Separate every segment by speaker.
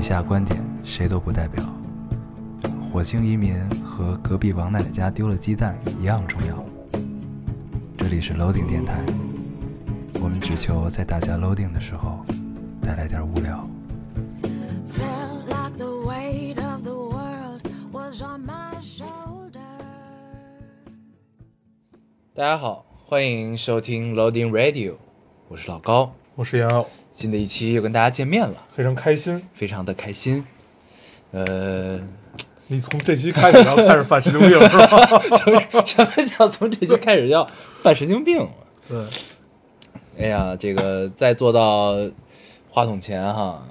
Speaker 1: 下观点谁都不代表。火星移民和隔壁王奶奶家丢了鸡蛋一样重要。这里是 Loading 电台，我们只求在大家 Loading 的时候带来点无聊。
Speaker 2: Felt like the weight of the world was on my shoulders.
Speaker 3: 大家好，欢迎收听 Loading Radio，我是老高。
Speaker 4: 我是杨傲，
Speaker 3: 新的一期又跟大家见面了，
Speaker 4: 非常开心。
Speaker 3: 非常的开心。呃，
Speaker 4: 你从这期开始要开始犯神经病 是吧？
Speaker 3: 什么叫从这期开始要犯神经病了？
Speaker 4: 对，
Speaker 3: 哎呀，这个再坐到话筒前哈，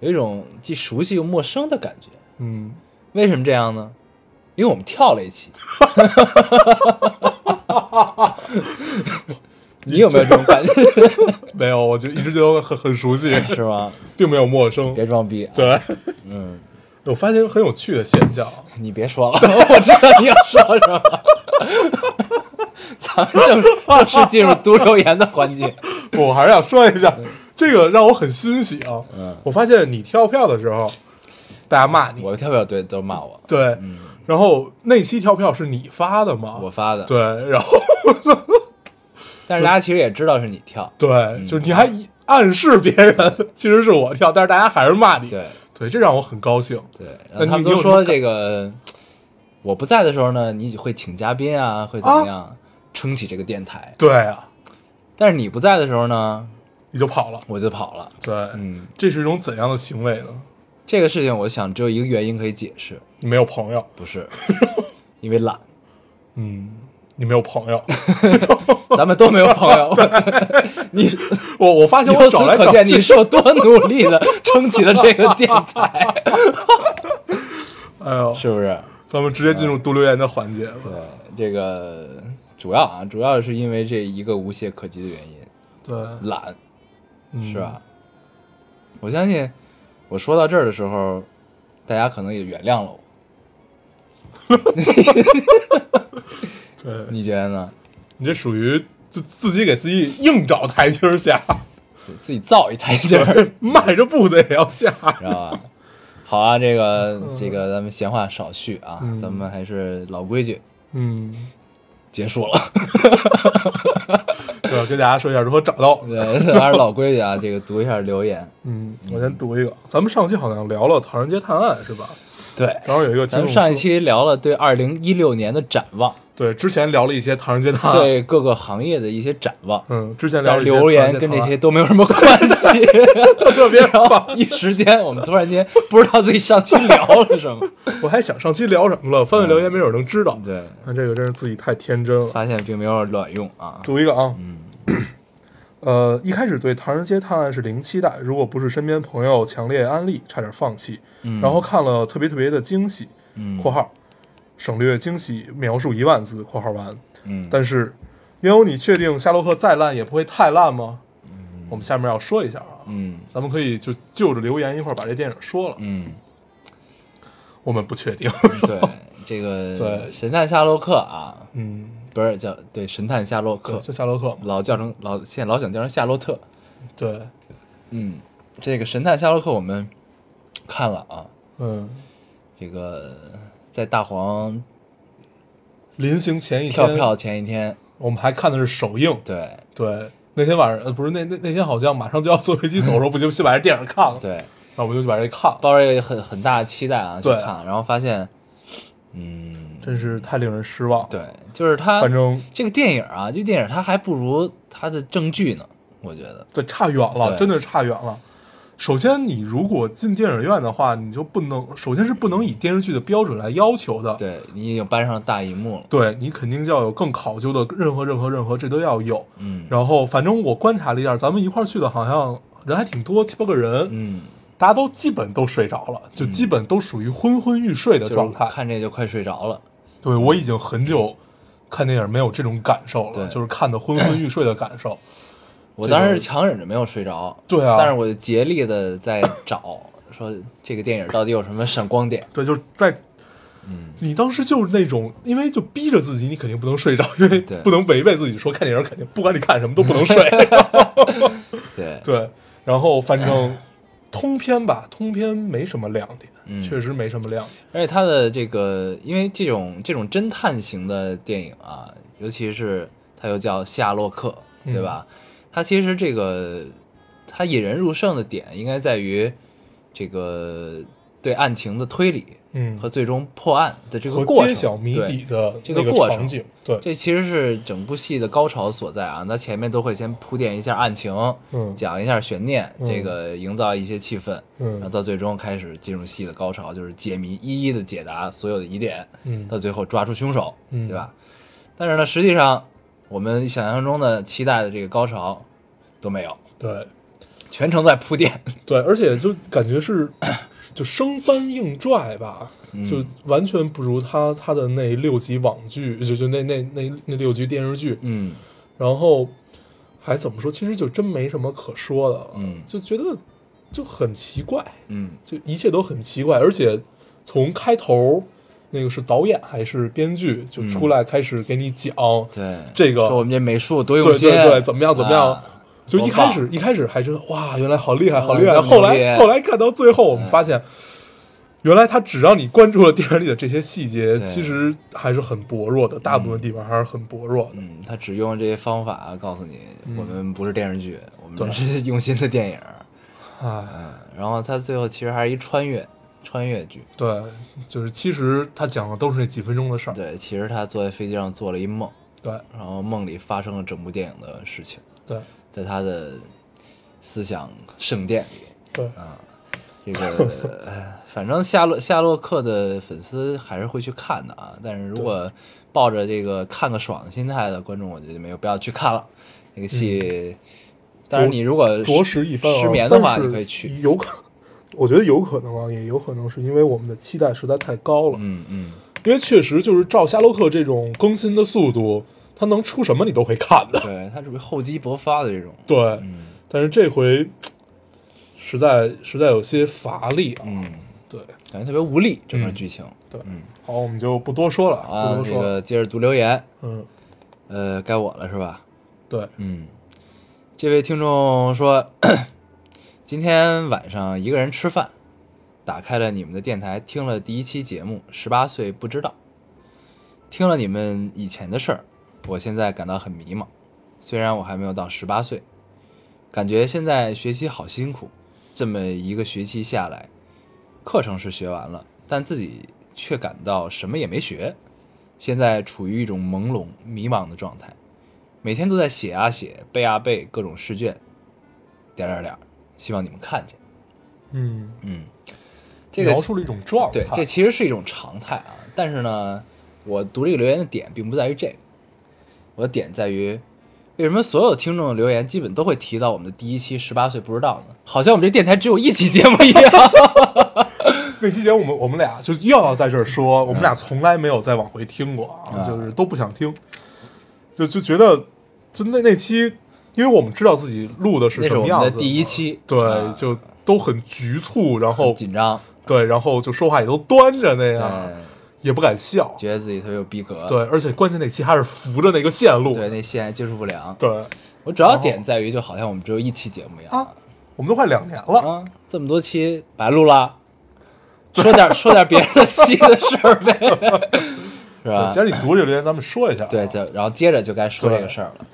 Speaker 3: 有一种既熟悉又陌生的感觉。
Speaker 4: 嗯，
Speaker 3: 为什么这样呢？因为我们跳了一期。你有没有这种感觉？
Speaker 4: 没有，我就一直觉得很很熟悉，
Speaker 3: 是吗？
Speaker 4: 并没有陌生。
Speaker 3: 别装逼啊！
Speaker 4: 对，
Speaker 3: 嗯，
Speaker 4: 我发现一个很有趣的现象，
Speaker 3: 你别说了，我知道你要说什么。咱们正正 式进入读留言的环节。
Speaker 4: 我还是要说一下，这个让我很欣喜啊。
Speaker 3: 嗯，
Speaker 4: 我发现你跳票的时候，大家骂你，
Speaker 3: 我跳票对都骂我，
Speaker 4: 对，然后那期跳票是你发的吗？
Speaker 3: 我发的。，
Speaker 4: 对，然后。
Speaker 3: 但是大家其实也知道是你跳
Speaker 4: 对，就是你还一暗示别人其实是我跳，但是大家还是骂你，
Speaker 3: 对
Speaker 4: 对，这让我很高兴。
Speaker 3: 对，然
Speaker 4: 那
Speaker 3: 后
Speaker 4: 你
Speaker 3: 他们
Speaker 4: 你
Speaker 3: 都
Speaker 4: 有
Speaker 3: 说
Speaker 4: 什么感
Speaker 3: 这个我不在的时候呢，你会请嘉宾啊，会怎么样撑起这个电台。
Speaker 4: 对啊，
Speaker 3: 但是你不在的时候呢，
Speaker 4: 你就跑了。
Speaker 3: 我就跑了。
Speaker 4: 对，
Speaker 3: 嗯，
Speaker 4: 这是一种怎样的行为呢？
Speaker 3: 这个事情我想只有一个原因可以解释，
Speaker 4: 你没有朋友，
Speaker 3: 不 是因为懒。
Speaker 4: 嗯，你没有朋友。
Speaker 3: 咱们都没有朋友。 你
Speaker 4: 我我发现我
Speaker 3: 由此
Speaker 4: 找来
Speaker 3: 可
Speaker 4: 找
Speaker 3: 见，
Speaker 4: 去，
Speaker 3: 你是有多努力的撑起了这个电 台，
Speaker 4: 哎呦，
Speaker 3: 是不是？
Speaker 4: 咱们直接进入读留言的环节吧。
Speaker 3: 对，这个主要啊，主要是因为这一个无懈可击的原因，
Speaker 4: 对，
Speaker 3: 懒，
Speaker 4: 嗯
Speaker 3: 是吧？？我相信我说到这儿的时候，大家可能也原谅了我，
Speaker 4: 对，
Speaker 3: 你觉得呢？
Speaker 4: 你这属于就自己给自己硬找台阶儿下，
Speaker 3: 自己造一台阶 儿，
Speaker 4: 迈着步子也要下。
Speaker 3: 知道吧？好啊，这个这个，咱们闲话少叙啊，咱们还是老规矩，
Speaker 4: 嗯，
Speaker 3: 结束了。
Speaker 4: 对，跟大家说一下如何找到我们。
Speaker 3: 对，还是老规矩啊，这个读一下留言。
Speaker 4: 嗯，我先读一个，咱们上期好像聊了《唐人街探案》是吧？
Speaker 3: 对，
Speaker 4: 正好有一个听
Speaker 3: 咱
Speaker 4: 众
Speaker 3: 们上一
Speaker 4: 说
Speaker 3: 期聊了对二零一六年的展望，
Speaker 4: 对之前聊了一些《唐人街探案》，
Speaker 3: 对各个行业的一些展望。
Speaker 4: 啊嗯，之前聊
Speaker 3: 但
Speaker 4: 了
Speaker 3: 是
Speaker 4: 一些
Speaker 3: 留
Speaker 4: 唐
Speaker 3: 言
Speaker 4: 人街
Speaker 3: 跟
Speaker 4: 探
Speaker 3: 这
Speaker 4: 案
Speaker 3: 些都没有什么关 系，
Speaker 4: 特别
Speaker 3: 然后一时间我们突然间不知道自己上期聊了什么。
Speaker 4: 我还想上期聊什么了，翻翻留言没准能知道。
Speaker 3: 嗯对，
Speaker 4: 那这个真是自己太天真了。
Speaker 3: 发现并没有卵用啊。
Speaker 4: 读一个啊，嗯， 呃，一开始对《唐人街探案》是零期待，如果不是身边朋友强烈安利，差点放弃。
Speaker 3: 嗯
Speaker 4: 然后看了特别特别的惊喜
Speaker 3: 嗯
Speaker 4: （括号省略惊喜描述一万字）（括号完）。
Speaker 3: 嗯，
Speaker 4: 但是，因为你确定夏洛克再烂也不会太烂吗？我们下面要说一下啊，
Speaker 3: 嗯
Speaker 4: 咱们可以就就着留言一块儿把这电影说了。
Speaker 3: 嗯，
Speaker 4: 我们不确定，
Speaker 3: 对，这个
Speaker 4: 对
Speaker 3: 神探夏洛克啊，
Speaker 4: 嗯，
Speaker 3: 不是叫对神探夏洛
Speaker 4: 对，
Speaker 3: 克，
Speaker 4: 就夏洛克嘛，
Speaker 3: 老叫成老现在老想叫成夏洛特。
Speaker 4: 对，
Speaker 3: 嗯，这个神探夏洛克我们看了啊，
Speaker 4: 嗯。
Speaker 3: 这个在大黄
Speaker 4: 临行前一天，
Speaker 3: 跳票前一天，
Speaker 4: 我们还看的是首映。
Speaker 3: 对
Speaker 4: 对，那天晚上呃不是那那那天好像马上就要坐飞机走的时候，不行，先把这电影看了。
Speaker 3: 对，
Speaker 4: 那我们就去把这看了，
Speaker 3: 抱着一个很很大的期待啊去
Speaker 4: 对
Speaker 3: 看，然后发现，嗯，
Speaker 4: 真是太令人失望。，
Speaker 3: 对，就是他，
Speaker 4: 反正
Speaker 3: 这个电影啊，这个电影它还不如它的正剧呢，我觉得，
Speaker 4: 对差远了，
Speaker 3: 对
Speaker 4: 真的是差远了。首先，你如果进电影院的话，你就不能，首先是不能以电视剧的标准来要求的。
Speaker 3: 对你已经搬上大荧幕了，
Speaker 4: 对，你肯定要有更考究的，任何任何任何，这都要有。
Speaker 3: 嗯
Speaker 4: 然后，反正我观察了一下，咱们一块儿去的好像人还挺多，七八个人。
Speaker 3: 嗯，
Speaker 4: 大家都基本都睡着了，就基本都属于昏昏欲睡的
Speaker 3: 就是
Speaker 4: 状态。
Speaker 3: 看这就快睡着了，
Speaker 4: 对我已经很久看电影没有这种感受
Speaker 3: 对嗯
Speaker 4: 了，就是看的昏昏欲睡的感受。
Speaker 3: 我
Speaker 4: 这
Speaker 3: 当时
Speaker 4: 就是
Speaker 3: 强忍着没有睡着，
Speaker 4: 对啊
Speaker 3: 但是我就竭力的在找，说这个电影到底有什么闪光点，
Speaker 4: 对，就是在，
Speaker 3: 嗯，
Speaker 4: 你当时就是那种，因为就逼着自己，你肯定不能睡着，因为
Speaker 3: 嗯对
Speaker 4: 不能违背自己说看电影 肯定不管你看什么都不能睡。
Speaker 3: 对，
Speaker 4: 对，然后反正通篇吧，通篇没什么亮点，
Speaker 3: 嗯
Speaker 4: 确实没什么亮点。
Speaker 3: 而且它的这个，因为这种这种侦探型的电影啊，尤其是它又叫夏洛克，
Speaker 4: 嗯
Speaker 3: 对吧？它其实这个它引人入胜的点，应该在于这个对案情的推理
Speaker 4: 嗯，
Speaker 3: 和最终破案的这个
Speaker 4: 和
Speaker 3: 过
Speaker 4: 揭
Speaker 3: 程。
Speaker 4: 晓谜
Speaker 3: 对
Speaker 4: 底的
Speaker 3: 这
Speaker 4: 那
Speaker 3: 个过
Speaker 4: 场
Speaker 3: 程
Speaker 4: 景，对，
Speaker 3: 这其实是整部戏的高潮所在啊！它前面都会先铺垫一下案情，
Speaker 4: 嗯
Speaker 3: 讲一下悬念，
Speaker 4: 嗯
Speaker 3: 这个营造一些气氛，然后
Speaker 4: 嗯
Speaker 3: 到最终开始进入戏的高潮，就是解谜，一一的解答所有的疑点，
Speaker 4: 嗯
Speaker 3: 到最后抓住凶手，
Speaker 4: 嗯
Speaker 3: 对吧？但是呢，实际上我们想象中的期待的这个高潮都没有，
Speaker 4: 对
Speaker 3: 全程在铺垫。
Speaker 4: 对，而且就感觉是就生搬硬拽吧，
Speaker 3: 嗯
Speaker 4: 就完全不如他他的那六集网剧，就就那那那那六集电视剧，
Speaker 3: 嗯
Speaker 4: 然后还怎么说？其实就真没什么可说的，
Speaker 3: 嗯
Speaker 4: 就觉得就很奇怪，
Speaker 3: 嗯
Speaker 4: 就一切都很奇怪，而且从开头那个是导演还是编剧就
Speaker 3: 嗯
Speaker 4: 出来开始给你讲，
Speaker 3: 对，
Speaker 4: 这个
Speaker 3: 说我们这美术多用
Speaker 4: 对
Speaker 3: 心，
Speaker 4: 对对，怎么样怎么样。
Speaker 3: 啊
Speaker 4: 就一开
Speaker 3: 多
Speaker 4: 始一开始还真哇，原来好厉害，
Speaker 3: 嗯
Speaker 4: 好厉害。
Speaker 3: 这么
Speaker 4: 后
Speaker 3: 牛逼
Speaker 4: 来后来看到最后，我们
Speaker 3: 嗯
Speaker 4: 发现，原来他只让你关注了电影里的这些细节，
Speaker 3: 对嗯
Speaker 4: 其实还是很薄弱的，大部分地方还是很薄弱的。
Speaker 3: 嗯，他只用这些方法告诉你，我们不是电视剧，我
Speaker 4: 嗯对
Speaker 3: 们是用心的电影。
Speaker 4: 唉，
Speaker 3: 嗯，然后他最后其实还是一穿越穿越剧。
Speaker 4: 对，就是其实他讲的都是那几分钟的事儿。
Speaker 3: 对，其实他坐在飞机上做了一梦，
Speaker 4: 对
Speaker 3: 然后梦里发生了整部电影的事情，
Speaker 4: 对
Speaker 3: 在他的思想圣殿里。
Speaker 4: 对，
Speaker 3: 呃这 个，哎反正夏洛夏洛克的粉丝还是会去看的啊。但是如果抱着这个看个爽的心态的观众，我觉得没有必要去看了。这个戏，当然你如果
Speaker 4: 嗯着实一般啊。
Speaker 3: 失眠的话，
Speaker 4: 但是
Speaker 3: 你可以去。
Speaker 4: 有可， 我觉得有可能啊，也有可能是因为我们的期待实在太高了。
Speaker 3: 嗯嗯，
Speaker 4: 因为确实就是照夏洛克这种更新的速度，他能出什么你都会看的。
Speaker 3: 对，它属于厚积薄发的这种。
Speaker 4: 对，
Speaker 3: 嗯
Speaker 4: 但是这回实在实在有些乏力啊。
Speaker 3: 嗯，
Speaker 4: 对，
Speaker 3: 感觉特别无力，整个
Speaker 4: 嗯
Speaker 3: 剧情。
Speaker 4: 对
Speaker 3: 嗯，
Speaker 4: 好，我们就不多说了，
Speaker 3: 好啊，
Speaker 4: 不多
Speaker 3: 这
Speaker 4: 说了。
Speaker 3: 个接着读留言。
Speaker 4: 嗯，
Speaker 3: 呃，该我了是吧？
Speaker 4: 对，
Speaker 3: 嗯，这位听众说， 今天晚上一个人吃饭，打开了你们的电台，听了第一期节目《十八岁不知道》，听了你们以前的事儿，我现在感到很迷茫。虽然我还没有到十八岁，感觉现在学习好辛苦。这么一个学期下来，课程是学完了，但自己却感到什么也没学，现在处于一种朦胧、迷茫的状态。每天都在写啊写，背啊背各种试卷，点儿点儿点儿，希望你们看见。
Speaker 4: 嗯，
Speaker 3: 嗯，这个
Speaker 4: 描述了一种状态。
Speaker 3: 对，这其实是一种常态啊。但是呢，我读这个留言的点并不在于这个，我的点在于为什么所有听众的留言基本都会提到我们的第一期十八岁不知道呢？好像我们这电台只有一期节目一样。
Speaker 4: 那期节目我们我们俩就又要在这儿说，我们俩从来没有再往回听过啊，
Speaker 3: 嗯
Speaker 4: 就是都不想听，就就觉得就那那期，因为我们知道自己录 的是
Speaker 3: 那
Speaker 4: 什
Speaker 3: 是我
Speaker 4: 么
Speaker 3: 们
Speaker 4: 样
Speaker 3: 的
Speaker 4: 子，
Speaker 3: 第一期，
Speaker 4: 对，
Speaker 3: 啊
Speaker 4: 就都很局促，然后
Speaker 3: 紧张，
Speaker 4: 对，然后就说话也都端着那
Speaker 3: 对，
Speaker 4: 样，也不敢笑，
Speaker 3: 觉得自己特别有逼格，
Speaker 4: 对，而且关键那期还是扶着那个线路，
Speaker 3: 对，那现在接触不良。
Speaker 4: 对，
Speaker 3: 我主要
Speaker 4: 然后
Speaker 3: 点在于，就好像我们只有一期节目一样
Speaker 4: 啊，我们都快两年了，
Speaker 3: 啊，这么多期白录了，说 点说点别的期的事儿呗，是吧
Speaker 4: 既？然你读这个留言，咱们说一下啊，
Speaker 3: 对，就然后接着就该说这个事儿了。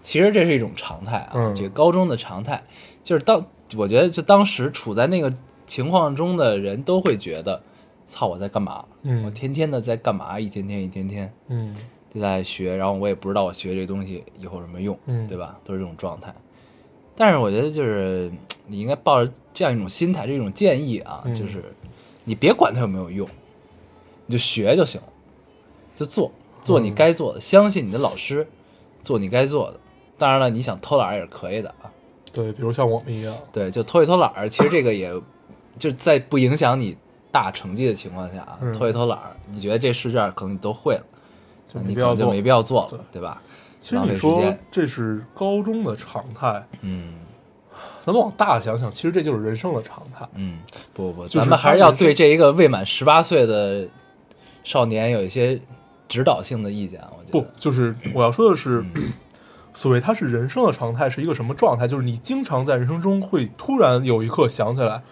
Speaker 3: 其实这是一种常态啊，
Speaker 4: 嗯
Speaker 3: 这个高中的常态，就是当我觉得就当时处在那个情况中的人都会觉得，操，我在干嘛？
Speaker 4: 嗯
Speaker 3: 我天天的在干嘛？一天天一天天
Speaker 4: 嗯
Speaker 3: 就在学，然后我也不知道我学这东西以后有什么用，
Speaker 4: 嗯
Speaker 3: 对吧？都是这种状态。但是我觉得就是嗯你应该抱着这样一种心态，这种建议啊，
Speaker 4: 嗯
Speaker 3: 就是你别管它有没有用，你就学就行了，就做做
Speaker 4: 嗯
Speaker 3: 你该做的，相信你的老师，做你该做的。当然了，你想偷懒儿也是可以的啊，
Speaker 4: 对，比如像我们一样，
Speaker 3: 对，就偷一偷懒儿，其实这个也就在不影响你大成绩的情况下啊，
Speaker 4: 嗯
Speaker 3: 偷一偷懒儿，你觉得这试卷儿可能你都会了，那
Speaker 4: 就没
Speaker 3: 你
Speaker 4: 必
Speaker 3: 可
Speaker 4: 要
Speaker 3: 能就
Speaker 4: 做
Speaker 3: 没。必要做
Speaker 4: 对
Speaker 3: 了，对吧？
Speaker 4: 其实
Speaker 3: 浪
Speaker 4: 你
Speaker 3: 费时
Speaker 4: 说
Speaker 3: 间
Speaker 4: 这是高中的常态，
Speaker 3: 嗯
Speaker 4: 咱们往大想想，其实这就是人生的常态。
Speaker 3: 嗯，不不，
Speaker 4: 就是
Speaker 3: 咱们
Speaker 4: 他
Speaker 3: 还是要
Speaker 4: 人生
Speaker 3: 对这一个未满十八岁的少年有一些指导性的意见啊，我觉
Speaker 4: 不
Speaker 3: 得。，
Speaker 4: 就是我要说的是，所谓它是人生的常态是一个什么状态？就是你经常在人生中会突然有一刻想起来，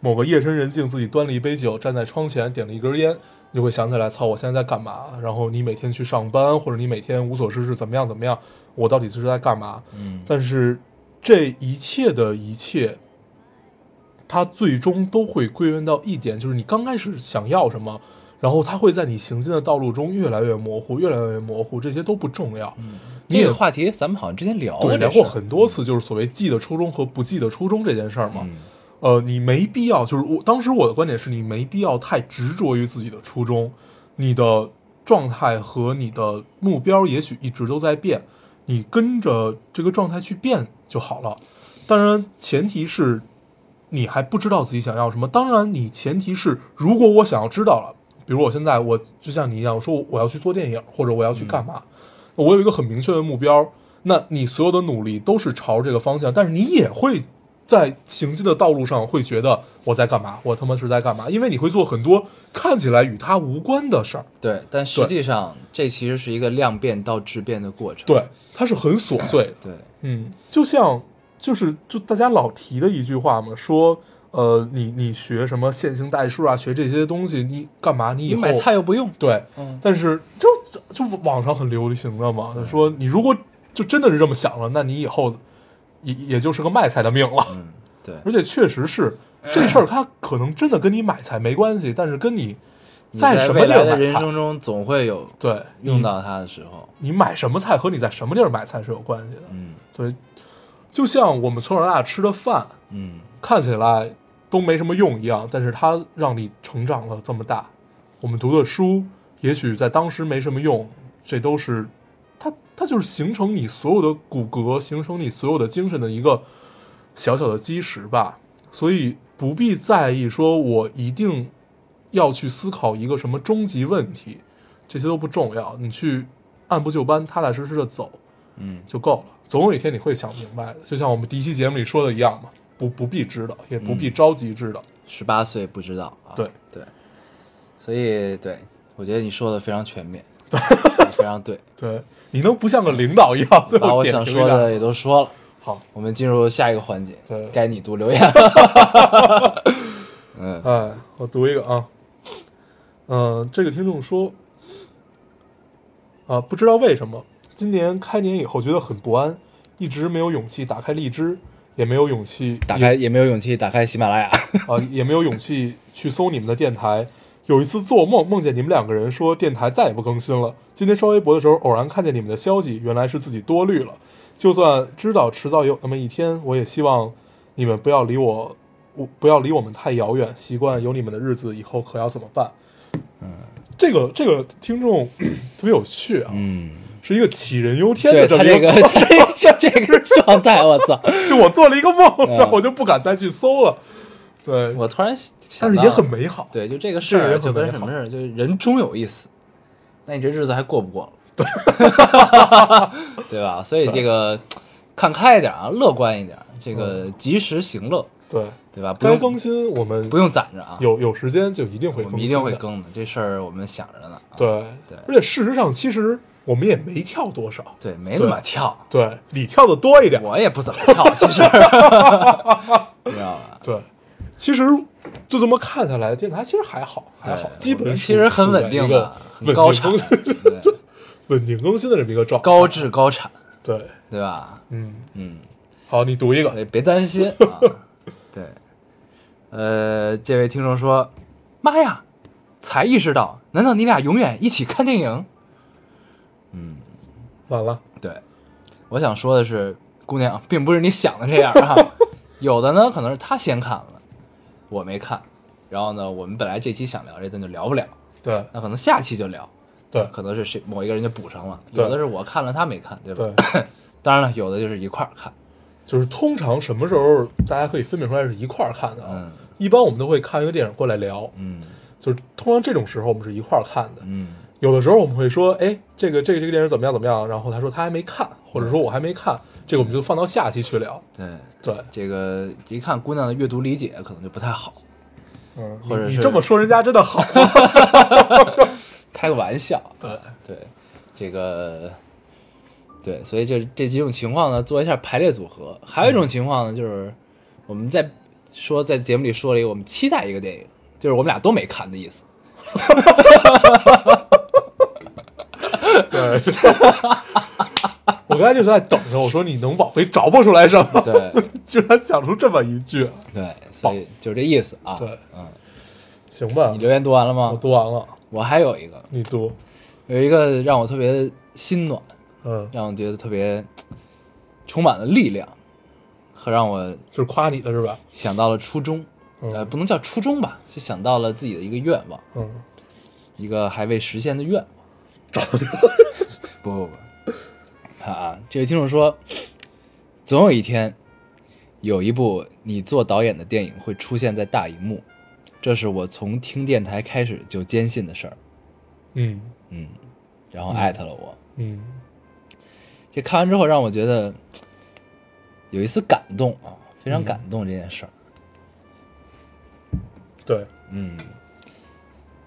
Speaker 4: 某个夜深人静，自己端了一杯酒，站在窗前点了一根烟，你就会想起来，操，我现在在干嘛？然后你每天去上班，或者你每天无所事事，怎么样怎么样？我到底是在干嘛？
Speaker 3: 嗯
Speaker 4: 但是这一切的一切，它最终都会归源到一点，就是你刚开始想要什么，然后它会在你行进的道路中越来越模糊，越来越模糊，这些都不重要。你
Speaker 3: 这
Speaker 4: 也
Speaker 3: 个话题咱们好像之前聊过
Speaker 4: 对
Speaker 3: 这事儿，
Speaker 4: 聊过很多次，就是所谓记得初衷和不记得初衷这件事儿嘛。
Speaker 3: 嗯
Speaker 4: 呃，你没必要，就是我当时我的观点是你没必要太执着于自己的初衷，你的状态和你的目标也许一直都在变，你跟着这个状态去变就好了。当然，前提是你还不知道自己想要什么。当然，你前提是如果我想要知道了，比如我现在我就像你一样，我说我我要去做电影，或者我要去干嘛，我有一个很明确的目标。那你所有的努力都是朝这个方向，但是你也会在行进的道路上会觉得我在干嘛，我他妈是在干嘛？因为你会做很多看起来与它无关的事儿。
Speaker 3: 对，但实际上这其实是一个量变到质变的过程。
Speaker 4: 对，它是很琐碎 的。
Speaker 3: 对，
Speaker 4: 嗯，就像就是就大家老提的一句话嘛，说呃，你你学什么线性代数啊，学这些东西，你干嘛？你以
Speaker 3: 你
Speaker 4: 后
Speaker 3: 买菜又不用，
Speaker 4: 对，
Speaker 3: 嗯
Speaker 4: 但是就就网上很流行的嘛，说你如果就真的是这么想了，那你以后也也就是个卖菜的命了。
Speaker 3: 嗯，对，
Speaker 4: 而且确实是
Speaker 3: 哎
Speaker 4: 这事儿，它可能真的跟你买菜没关系，但是跟你在什么
Speaker 3: 未
Speaker 4: 地
Speaker 3: 来
Speaker 4: 儿
Speaker 3: 的
Speaker 4: 买
Speaker 3: 人
Speaker 4: 菜，
Speaker 3: 生中总会有
Speaker 4: 对，
Speaker 3: 用
Speaker 4: 你
Speaker 3: 到它的时候。
Speaker 4: 你买什么菜和你在什么地儿买菜是有关系的。
Speaker 3: 嗯
Speaker 4: 对，就像我们从小到大吃的饭，
Speaker 3: 嗯，
Speaker 4: 看起来都没什么用一样，但是它让你成长了这么大。我们读的书，也许在当时没什么用，这都是它，它就是形成你所有的骨骼，形成你所有的精神的一个小小的基石吧。所以不必在意说我一定要去思考一个什么终极问题，这些都不重要。你去按部就班、踏踏实实的走，
Speaker 3: 嗯，
Speaker 4: 就够了。总有一天你会想明白的，就像我们第一期节目里说的一样嘛，不不必知道，也不必着急知道。
Speaker 3: 十八岁不知道啊。
Speaker 4: 对
Speaker 3: 对，所以对我觉得你说的非常全面，对非常 对，
Speaker 4: 对，你能不像个领导一样，最
Speaker 3: 把
Speaker 4: 后
Speaker 3: 我
Speaker 4: 点
Speaker 3: 想
Speaker 4: 评
Speaker 3: 说
Speaker 4: 一下
Speaker 3: 的也都说了。
Speaker 4: 好，
Speaker 3: 我们进入下一个环节
Speaker 4: 对，
Speaker 3: 该你读留 言了。
Speaker 4: 哎，我读一个啊，嗯、这个听众说，啊，不知道为什么今年开年以后觉得很不安，一直没有勇气打开荔枝，也没有勇气
Speaker 3: 打开也没有勇气打开喜马拉雅。
Speaker 4: 啊，也没有勇气去搜你们的电台。有一次做梦，梦见你们两个人说电台再也不更新了。今天刷微博的时候，偶然看见你们的消息，原来是自己多虑了。就算知道迟早有那么一天，我也希望你们不要离我，我不要离我们太遥远。习惯有你们的日子，以后可要怎么办？嗯，这个这个听众 特别有趣啊，
Speaker 3: 嗯，
Speaker 4: 是一个杞人忧天的
Speaker 3: 对
Speaker 4: 这
Speaker 3: 他
Speaker 4: 么
Speaker 3: 这
Speaker 4: 一
Speaker 3: 个 这 这个状态，我操！
Speaker 4: 就我做了一个梦，
Speaker 3: 嗯
Speaker 4: 然后我就不敢再去搜了。对，
Speaker 3: 我突然想
Speaker 4: 但
Speaker 3: 到，
Speaker 4: 是也很美好。
Speaker 3: 对，就这个事
Speaker 4: 是也
Speaker 3: 儿，
Speaker 4: 很
Speaker 3: 就跟
Speaker 4: 美
Speaker 3: 什么
Speaker 4: 好
Speaker 3: 事儿，就是人终有一死，那你这日子还过不 过了？对，对吧？所以这个看开一点啊，乐观一点，这个及时行乐，
Speaker 4: 对。
Speaker 3: 对吧？不
Speaker 4: 该
Speaker 3: 用
Speaker 4: 更新我们
Speaker 3: 不用攒着啊，
Speaker 4: 有有时间就一定会
Speaker 3: 我
Speaker 4: 更
Speaker 3: 们
Speaker 4: 新，
Speaker 3: 一定会。更的，这事儿我们想着呢。啊、
Speaker 4: 对
Speaker 3: 对
Speaker 4: 而且事实上，其实我们也没跳多少。
Speaker 3: 对，没怎么
Speaker 4: 对
Speaker 3: 跳，
Speaker 4: 对你跳的多一点，
Speaker 3: 我也不怎么跳，其实，你知道吧？
Speaker 4: 对，其实就这么看下来，电台其实还好，还好，
Speaker 3: 对
Speaker 4: 基
Speaker 3: 我
Speaker 4: 本
Speaker 3: 们
Speaker 4: 属
Speaker 3: 其实很稳定的，
Speaker 4: 属
Speaker 3: 很
Speaker 4: 于一个
Speaker 3: 高
Speaker 4: 稳
Speaker 3: 产
Speaker 4: 定更，
Speaker 3: 对
Speaker 4: 稳定更新的这么一个状态。
Speaker 3: 高质高产，
Speaker 4: 对，
Speaker 3: 对吧？
Speaker 4: 嗯，
Speaker 3: 嗯。
Speaker 4: 好，你读一个，
Speaker 3: 对，别担心啊。对，呃，这位听众说：“妈呀，才意识到，难道你俩永远一起看电影
Speaker 4: 完了，？”
Speaker 3: 对，我想说的是，姑娘，并不是你想的这样啊。有的呢，可能是他先看了，我没看。然后呢，我们本来这期想聊这，但就聊不了，
Speaker 4: 对
Speaker 3: 那可能下期就聊，
Speaker 4: 对
Speaker 3: 可能是谁某一个人就补上了。
Speaker 4: 对
Speaker 3: 有的是我看了，他没看，对吧？
Speaker 4: 对，
Speaker 3: 当然了，有的就是一块儿看。
Speaker 4: 就是通常什么时候大家可以分辨出来是一块儿看的啊？
Speaker 3: 嗯
Speaker 4: 一般我们都会看一个电影过来聊，
Speaker 3: 嗯
Speaker 4: 就是通常这种时候我们是一块儿看的。
Speaker 3: 嗯，
Speaker 4: 有的时候我们会说，哎，这个这个这个电影怎么样怎么样，然后他说他还没看，或者说我还没看，这个我们就放到下期去聊。
Speaker 3: 对，
Speaker 4: 对，
Speaker 3: 这个一看姑娘的阅读理解可能就不太好。
Speaker 4: 嗯，
Speaker 3: 或者
Speaker 4: 你
Speaker 3: 是
Speaker 4: 你这么说人家真 的好，
Speaker 3: 开个玩笑。
Speaker 4: 对
Speaker 3: 对，这个，对，所以这这几种情况呢，做一下排列组合。还有一种
Speaker 4: 嗯
Speaker 3: 情况呢，就是我们在说在节目里说了一个，我们期待一个电影，就是我们俩都没看的意思。
Speaker 4: 对， 我刚才就在等着，我说你能往回找不出来什么，
Speaker 3: 对
Speaker 4: 居然想出这么一句，
Speaker 3: 对，所以就这意思啊。
Speaker 4: 对，
Speaker 3: 嗯，
Speaker 4: 行吧
Speaker 3: 你？留言读完了
Speaker 4: 我
Speaker 3: 吗？
Speaker 4: 读完了，
Speaker 3: 我还有一个，
Speaker 4: 你读，
Speaker 3: 有一个让我特别心暖，
Speaker 4: 嗯，
Speaker 3: 让我觉得特别充满了力量，和让我
Speaker 4: 就是夸你的是吧？
Speaker 3: 想到了初衷，呃，
Speaker 4: 嗯
Speaker 3: 不能叫初衷吧，就想到了自己的一个愿望，
Speaker 4: 嗯，
Speaker 3: 一个还未实现的愿望。不不不，看啊，这位听众说，总有一天，有一部你做导演的电影会出现在大荧幕，这是我从听电台开始就坚信的事儿。
Speaker 4: 嗯
Speaker 3: 嗯，然后艾特了我。
Speaker 4: 嗯
Speaker 3: 这看完之后让我觉得有一丝感动啊，非常感动这件事儿。
Speaker 4: 对，
Speaker 3: 嗯，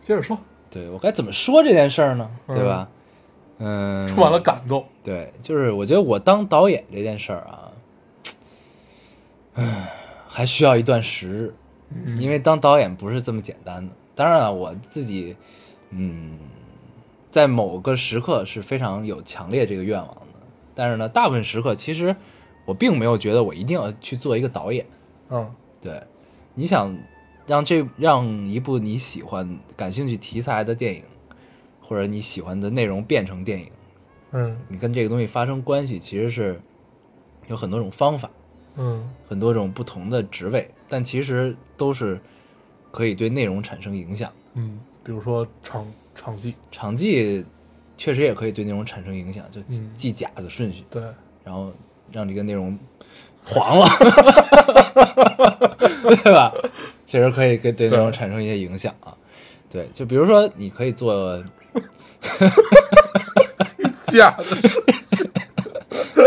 Speaker 4: 接着说，
Speaker 3: 对我该怎么说这件事儿呢？
Speaker 4: 嗯
Speaker 3: 对吧？嗯，
Speaker 4: 充满了。感动，
Speaker 3: 对，就是我觉得我当导演这件事儿啊，唉，还需要一段时日，因为当导演不是这么简单的。当然了，我自己，嗯，在某个时刻是非常有强烈这个愿望的，但是呢，大部分时刻其实我并没有觉得我一定要去做一个导演。
Speaker 4: 嗯
Speaker 3: 对，你想让这让一部你喜欢、感兴趣题材的电影，或者你喜欢的内容变成电影，
Speaker 4: 嗯
Speaker 3: 你跟这个东西发生关系，其实是有很多种方法，
Speaker 4: 嗯，
Speaker 3: 很多种不同的职位，但其实都是可以对内容产生影响的。
Speaker 4: 嗯，比如说场场记，
Speaker 3: 场记确实也可以对内容产生影响，就记
Speaker 4: 嗯
Speaker 3: 记甲的顺序，
Speaker 4: 对，
Speaker 3: 然后让这个内容黄了， 对吧？确实可以跟对内容产生一些影响啊。对，就比如说，你可以做，
Speaker 4: 假的是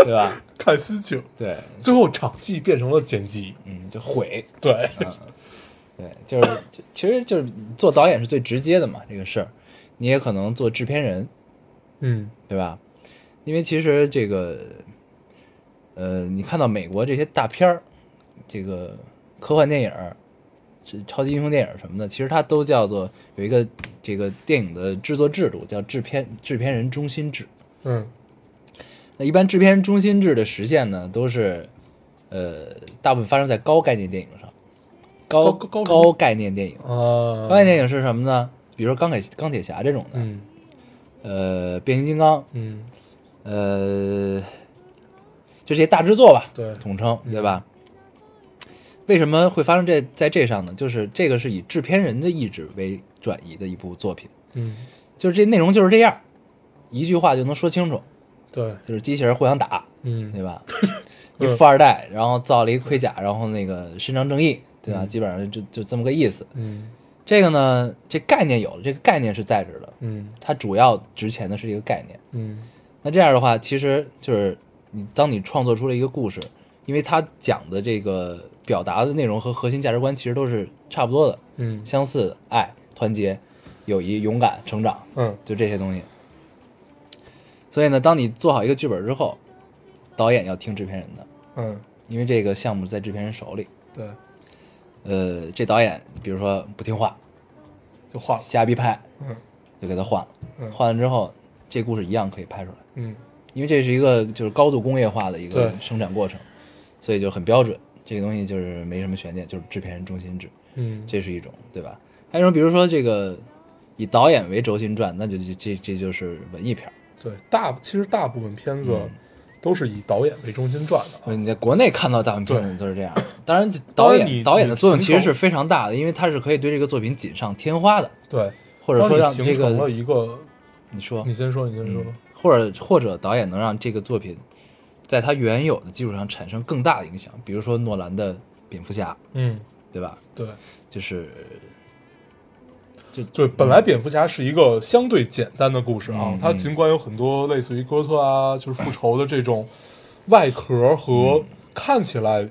Speaker 3: 对吧？
Speaker 4: 看心情，
Speaker 3: 对，
Speaker 4: 最后场记变成了剪辑，
Speaker 3: 嗯，就毁，
Speaker 4: 对，
Speaker 3: 对，就是就其实就是做导演是最直接的嘛，这个事儿，你也可能做制片人，
Speaker 4: 嗯
Speaker 3: 对吧？因为其实这个，呃，你看到美国这些大片儿，这个科幻电影儿、这超级英雄电影儿什么的，其实它都叫做有一个这个电影的制作制度叫制片制片人中心制。
Speaker 4: 嗯
Speaker 3: 那一般制片人中心制的实现呢，都是呃大部分发生在高概念电影上，高
Speaker 4: 高高
Speaker 3: 高概念电影。
Speaker 4: 啊，
Speaker 3: 高概念电影是什么呢？比如说钢铁钢铁侠这种的，
Speaker 4: 嗯
Speaker 3: 呃，变形金刚，
Speaker 4: 嗯
Speaker 3: 呃，就这些大制作吧，
Speaker 4: 对
Speaker 3: 统称对吧？为什么会发生这在这上呢？就是这个是以制片人的意志为转移的一部作品，
Speaker 4: 嗯，
Speaker 3: 就是这内容就是这样，一句话就能说清楚，
Speaker 4: 对，
Speaker 3: 就是机器人互相打，对
Speaker 4: 嗯
Speaker 3: 吧？一富二代，然后造了一盔甲，然后那个伸张正义，对吧？基本上就就这么个意思。
Speaker 4: 嗯
Speaker 3: 这个呢，这概念有了，这个概念是在这儿的，
Speaker 4: 嗯
Speaker 3: 它主要值钱的是一个概念。
Speaker 4: 嗯
Speaker 3: 那这样的话，其实就是你当你创作出了一个故事，因为它讲的这个表达的内容和核心价值观其实都是差不多的、
Speaker 4: 嗯
Speaker 3: 相似的，爱、团结、友谊、勇敢、成长，
Speaker 4: 嗯
Speaker 3: 就这些东西。所以呢，当你做好一个剧本之后，导演要听制片人的，
Speaker 4: 嗯，
Speaker 3: 因为这个项目在制片人手里。
Speaker 4: 对，
Speaker 3: 呃，这导演比如说不听话，
Speaker 4: 就画了，
Speaker 3: 瞎逼拍，
Speaker 4: 嗯
Speaker 3: 就给他换了。
Speaker 4: 嗯
Speaker 3: 换了之后，这故事一样可以拍出来。
Speaker 4: 嗯
Speaker 3: 因为这是一个就是高度工业化的一个
Speaker 4: 对
Speaker 3: 生产过程，所以就很标准。这个东西就是没什么悬念，就是制片人中心制，
Speaker 4: 嗯
Speaker 3: 这是一种，对吧？还有一种，比如说这个以导演为轴心传，那就这这这就是文艺片儿。
Speaker 4: 对，大其实大部分片子
Speaker 3: 嗯
Speaker 4: 都是以导演为中心转的
Speaker 3: 所以呃
Speaker 4: 啊，
Speaker 3: 你在国内看到大部分片子都是这样。当然，
Speaker 4: 当
Speaker 3: 导
Speaker 4: 然
Speaker 3: 演
Speaker 4: 你
Speaker 3: 导演的作用其实
Speaker 4: 你形
Speaker 3: 是
Speaker 4: 成
Speaker 3: 非常大的，因为它是可以对这个作品锦上添花的，
Speaker 4: 对，
Speaker 3: 或者说让
Speaker 4: 当你
Speaker 3: 这
Speaker 4: 形成
Speaker 3: 个
Speaker 4: 了一个，
Speaker 3: 你说
Speaker 4: 你先说，你先说，
Speaker 3: 或者或者导演能让这个作品在它原有的基础上产生更大的影响，比如说诺兰的蝙蝠侠，
Speaker 4: 嗯，
Speaker 3: 对吧？
Speaker 4: 对，
Speaker 3: 就是
Speaker 4: 就本来蝙蝠侠是一个相对简单的故事啊，
Speaker 3: 嗯
Speaker 4: 它尽管有很多类似于哥特啊，就是复仇的这种外
Speaker 3: 嗯
Speaker 4: 壳和看起来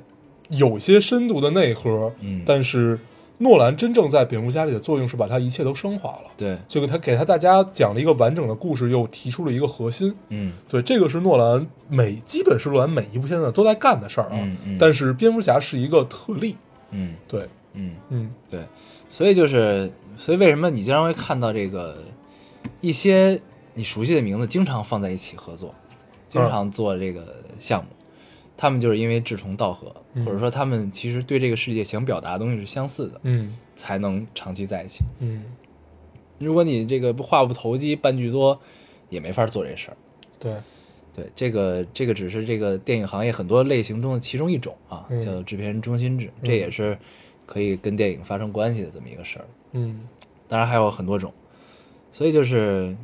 Speaker 4: 有些深度的内核，
Speaker 3: 嗯
Speaker 4: 但是诺兰真正在《蝙蝠侠》里的作用是把它一切都升华了，
Speaker 3: 对，
Speaker 4: 就给他给他大家讲了一个完整的故事，又提出了一个核心。
Speaker 3: 嗯
Speaker 4: 对，这个是诺兰每基本是诺兰每一部片子都在干的事儿啊。
Speaker 3: 嗯嗯
Speaker 4: 但是蝙蝠侠是一个特例。
Speaker 3: 嗯
Speaker 4: 对，
Speaker 3: 嗯，
Speaker 4: 嗯，
Speaker 3: 对，所以就是，所以为什么你经常会看到这个一些你熟悉的名字经常放在一起合作，经常做这个项目，他们就是因为志同道合，
Speaker 4: 嗯
Speaker 3: 或者说他们其实对这个世界想表达的东西是相似的，
Speaker 4: 嗯
Speaker 3: 才能长期在一起。
Speaker 4: 嗯，
Speaker 3: 如果你这个不话不投机，半句多，也没法做这事儿。
Speaker 4: 对，
Speaker 3: 对，这个这个只是这个电影行业很多类型中的其中一种啊，
Speaker 4: 嗯
Speaker 3: 叫制片人中心制，
Speaker 4: 嗯
Speaker 3: 这也是可以跟电影发生关系的这么一个事儿。
Speaker 4: 嗯
Speaker 3: 当然还有很多种，所以就是，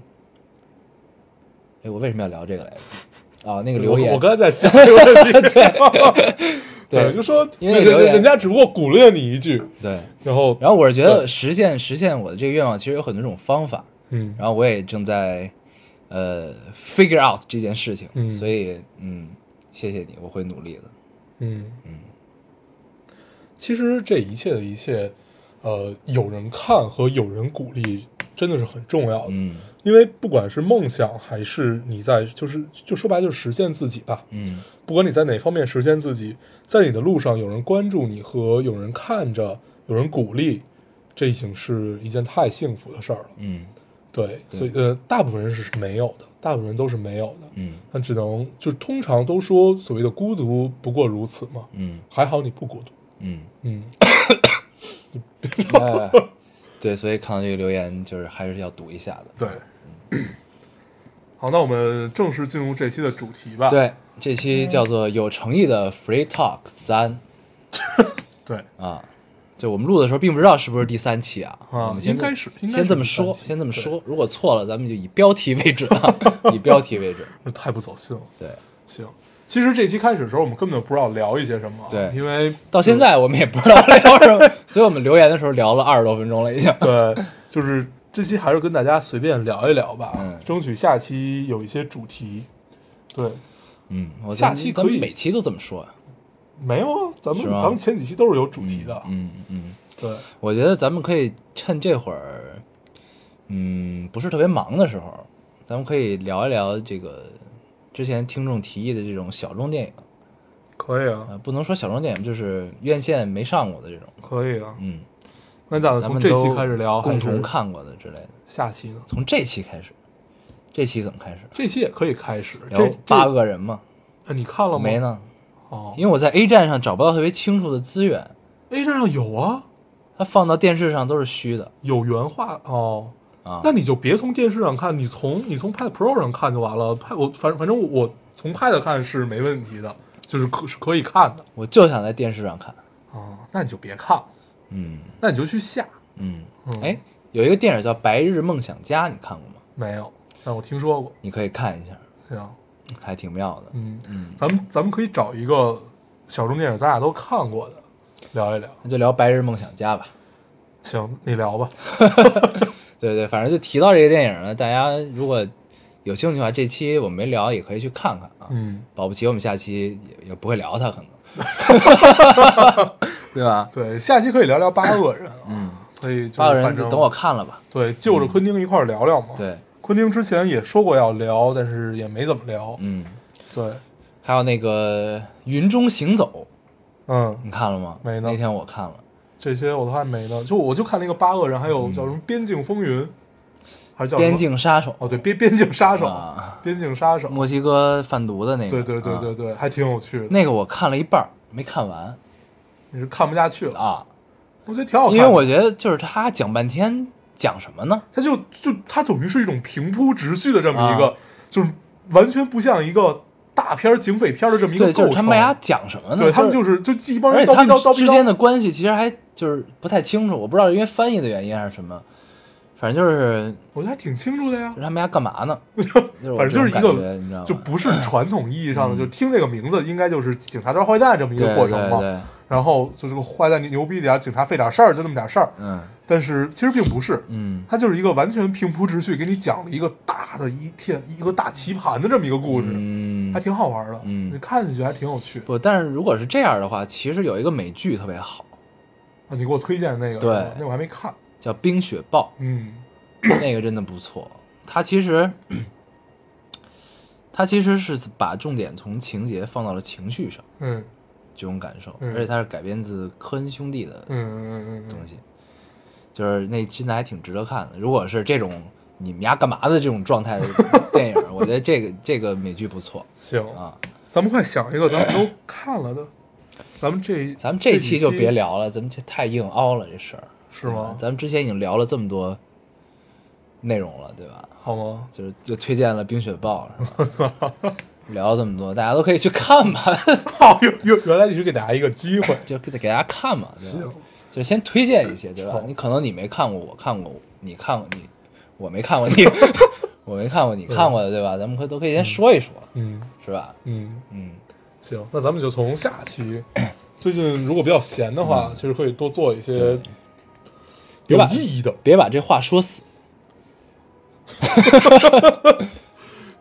Speaker 3: 哎，我为什么要聊这个来着？啊，那个留言，
Speaker 4: 我我刚才在想这个问题，
Speaker 3: 对
Speaker 4: 对，就说
Speaker 3: 因为
Speaker 4: 那个
Speaker 3: 留言
Speaker 4: 人家只不过鼓励你一句，
Speaker 3: 对，
Speaker 4: 然后
Speaker 3: 然后我是觉
Speaker 4: 对
Speaker 3: 得实现实现我的这个愿望，其实有很多种方法，
Speaker 4: 嗯
Speaker 3: 然后我也正在呃 figure out 这件事情，
Speaker 4: 嗯
Speaker 3: 所以嗯，谢谢你，我会努力的，
Speaker 4: 嗯
Speaker 3: 嗯，
Speaker 4: 其实这一切的一切，呃，有人看和有人鼓励真的是很重要的，
Speaker 3: 嗯
Speaker 4: 因为不管是梦想还是你在就是就说白了就是实现自己吧，
Speaker 3: 嗯
Speaker 4: 不管你在哪方面实现自己，在你的路上有人关注你和有人看着，有人鼓励，这已经是一件太幸福的事儿了。
Speaker 3: 嗯
Speaker 4: 对，所以呃，大部分人是没有的，大部分人都是没有的，
Speaker 3: 嗯
Speaker 4: 那只能就通常都说所谓的孤独不过如此嘛，
Speaker 3: 嗯
Speaker 4: 还好你不孤独，
Speaker 3: 嗯，
Speaker 4: 嗯，
Speaker 3: 哎 对，所以看到这个留言，就是还是要读一下的。
Speaker 4: 对。 好，那我们正式进入这期的主题吧。
Speaker 3: 对，这期叫做有诚意的 Free Talk 三
Speaker 4: 对，
Speaker 3: 啊，就我们录的时候并不知道是不是第三期啊，
Speaker 4: 啊
Speaker 3: 我们先
Speaker 4: 应该是应该是
Speaker 3: 先这么
Speaker 4: 第三
Speaker 3: 说，
Speaker 4: 期
Speaker 3: 先这么
Speaker 4: 对
Speaker 3: 说，如果错了，咱们就以标题为准啊， 以标题为准，
Speaker 4: 这太不走心了。
Speaker 3: 对。
Speaker 4: 行，其实这期开始的时候，我们根本就不知道聊一些什么啊，
Speaker 3: 对
Speaker 4: 因为
Speaker 3: 到现在我们也不知道聊什么， 所以我们留言的时候聊了二十多分钟了，已经。
Speaker 4: 对， 就是这期还是跟大家随便聊一聊吧，
Speaker 3: 嗯
Speaker 4: 争取下期有一些主题。对，
Speaker 3: 嗯，我
Speaker 4: 下期
Speaker 3: 咱们
Speaker 4: 可以
Speaker 3: 每期都这么说啊。
Speaker 4: 没有啊，咱们
Speaker 3: 是吗
Speaker 4: 咱们前几期都是有主题的，
Speaker 3: 嗯嗯，
Speaker 4: 对，
Speaker 3: 我觉得咱们可以趁这会儿，嗯，不是特别忙的时候，咱们可以聊一聊这个之前听众提议的这种小众电影。
Speaker 4: 可以啊，
Speaker 3: 呃，不能说小众电影，就是院线没上过的这种。
Speaker 4: 可以啊。
Speaker 3: 嗯，
Speaker 4: 那咱们
Speaker 3: 咱
Speaker 4: 呃从
Speaker 3: 们
Speaker 4: 这期
Speaker 3: 都
Speaker 4: 开始聊，
Speaker 3: 共
Speaker 4: 还是
Speaker 3: 同看过的之类的。
Speaker 4: 下期呢？
Speaker 3: 从这期开始，这期怎么开始？
Speaker 4: 这期也可以开始，这
Speaker 3: 聊八
Speaker 4: 个，
Speaker 3: 恶人吗？
Speaker 4: 呃你看了吗？
Speaker 3: 没。呢，
Speaker 4: 哦
Speaker 3: 因为我在 A 站上找不到特别清楚的资源，
Speaker 4: ，A 站上有啊，
Speaker 3: 它放到电视上都是虚的
Speaker 4: 有原画哦。
Speaker 3: 啊。
Speaker 4: 那你就别从电视上看，你从你从 Pad Pro 上看就完了。Pad 我反反正我我从 Pad 看是没问题的，就是可是可以看的
Speaker 3: 我就想在电视上看。
Speaker 4: 啊。那你就别看了，
Speaker 3: 嗯
Speaker 4: 那你就去下。
Speaker 3: 嗯
Speaker 4: 嗯，
Speaker 3: 哎，有一个电影叫《白日梦想家》，你看过吗？
Speaker 4: 没有，但我听说过。
Speaker 3: 你可以看一下，
Speaker 4: 行，
Speaker 3: 还挺妙的。
Speaker 4: 嗯嗯，咱们咱们可以找一个小众电影，咱俩都看过的，聊一聊。
Speaker 3: 那就聊《白日梦想家》吧。
Speaker 4: 行，你聊吧。
Speaker 3: 对对，反正就提到这个电影呢，大家如果有兴趣的话，这期我们没聊也可以去看看啊。
Speaker 4: 嗯，
Speaker 3: 保不齐我们下期也也不会聊 它，可能，对吧？
Speaker 4: 对，下期可以聊聊八恶人啊。嗯，可以就是
Speaker 3: 八个人
Speaker 4: 反
Speaker 3: 就
Speaker 4: 正
Speaker 3: 等我看了吧。
Speaker 4: 对，就着昆汀一块儿聊聊嘛。，
Speaker 3: 对，
Speaker 4: 昆汀之前也说过要聊，但是也没怎么聊。
Speaker 3: 嗯，
Speaker 4: 对，
Speaker 3: 还有那个《云中行走》，
Speaker 4: 嗯。
Speaker 3: 你看了吗？
Speaker 4: 没呢
Speaker 3: 那天我看了，
Speaker 4: 这些我都还没呢，就我就看那个八恶人，还有叫什么《边境风云》，还是
Speaker 3: 《
Speaker 4: 叫什
Speaker 3: 嗯
Speaker 4: 么
Speaker 3: 边境杀手
Speaker 4: 哦，对，边边境杀》手，
Speaker 3: 啊，
Speaker 4: 边境杀手，
Speaker 3: 墨西哥贩毒的那个。
Speaker 4: 对对对对
Speaker 3: 啊，
Speaker 4: 对，还挺有趣的。
Speaker 3: 那个我看了一半儿没看完
Speaker 4: 你是看不下去了，
Speaker 3: 啊，
Speaker 4: 我觉得挺好看
Speaker 3: 因
Speaker 4: 的，
Speaker 3: 为我觉得就是他讲半天讲什么呢？
Speaker 4: 他就就他等于是一种平铺直叙的这么一个
Speaker 3: 啊，
Speaker 4: 就是完全不像一个大片儿警匪片儿的这么一个
Speaker 3: 对，
Speaker 4: 构
Speaker 3: 就是啊
Speaker 4: 成。
Speaker 3: 他们俩讲什么呢？
Speaker 4: 对他们
Speaker 3: 是
Speaker 4: 就是就一帮
Speaker 3: 而
Speaker 4: 人
Speaker 3: 且
Speaker 4: 叨
Speaker 3: 他
Speaker 4: 逼
Speaker 3: 们
Speaker 4: 叨叨逼
Speaker 3: 之间
Speaker 4: 叨，
Speaker 3: 的关系其实还就是不太清楚，我不知道是因为翻译的原因还是什么，反正就是
Speaker 4: 我觉得还挺清楚的呀
Speaker 3: 就是。他们俩干嘛 呢？是我
Speaker 4: 反正就是一
Speaker 3: 这种感觉
Speaker 4: 个
Speaker 3: 你知道吗嗯
Speaker 4: 就不是传统意义上的，就听这个名字应该就是警察抓坏蛋这么一
Speaker 3: 对
Speaker 4: 个过程嘛。
Speaker 3: 对对，
Speaker 4: 然后就这个坏蛋牛逼点儿，警察费点事儿，就那么点事儿。
Speaker 3: 嗯
Speaker 4: 但是其实并不是，
Speaker 3: 嗯
Speaker 4: 它就是一个完全平铺直叙，给你讲了一个大的一天一个大棋盘的这么一个故事，
Speaker 3: 嗯
Speaker 4: 还，挺好玩的。
Speaker 3: 嗯
Speaker 4: 你看进去还挺有趣。
Speaker 3: 不，但是如果是这样的话，其实有一个美剧特别好，
Speaker 4: 啊，你给我推荐那个，
Speaker 3: 对
Speaker 4: 那我还没看，
Speaker 3: 叫《冰雪暴》，
Speaker 4: 嗯
Speaker 3: 那个真的不错。它其实，它其实是把重点从情节放到了情绪上，
Speaker 4: 嗯
Speaker 3: 这种感受，
Speaker 4: 嗯
Speaker 3: 而且它是改编自科恩兄弟的
Speaker 4: 嗯嗯嗯
Speaker 3: 东
Speaker 4: 嗯
Speaker 3: 西，就是那真的还挺值得看的。如果是这种你们丫干嘛的这种状态 的电影，我觉得这个这个美剧不错
Speaker 4: 嗯，行，
Speaker 3: 啊。
Speaker 4: 咱们快想一个，咱们都看 了的，咱们这
Speaker 3: 咱们这
Speaker 4: 期
Speaker 3: 期就别，聊了，咱们这太硬凹了这事儿，
Speaker 4: 是吗？
Speaker 3: 咱们之前已经聊了这么多内容了，对吧？
Speaker 4: 好吗？
Speaker 3: 就是就推荐了《冰雪暴》，是吧？ 聊了这么多，大家都可以去看吧，
Speaker 4: 哦，原原原来你是给大家一个机会，
Speaker 3: 就给给大家看嘛，对吧
Speaker 4: 行？
Speaker 3: 就先推荐一些，对吧
Speaker 4: 好？
Speaker 3: 你可能你没看过，我看过，你看过你，我没看过你， 我没看过你看过的，对吧？咱们可以都可以先说一说，
Speaker 4: 嗯
Speaker 3: 是吧？
Speaker 4: 嗯，
Speaker 3: 嗯，
Speaker 4: 行，那咱们就从下 期，最近如果比较闲的话，其实可以多做一些
Speaker 3: 对
Speaker 4: 有
Speaker 3: 吧
Speaker 4: 意义的。
Speaker 3: 别把这话说死，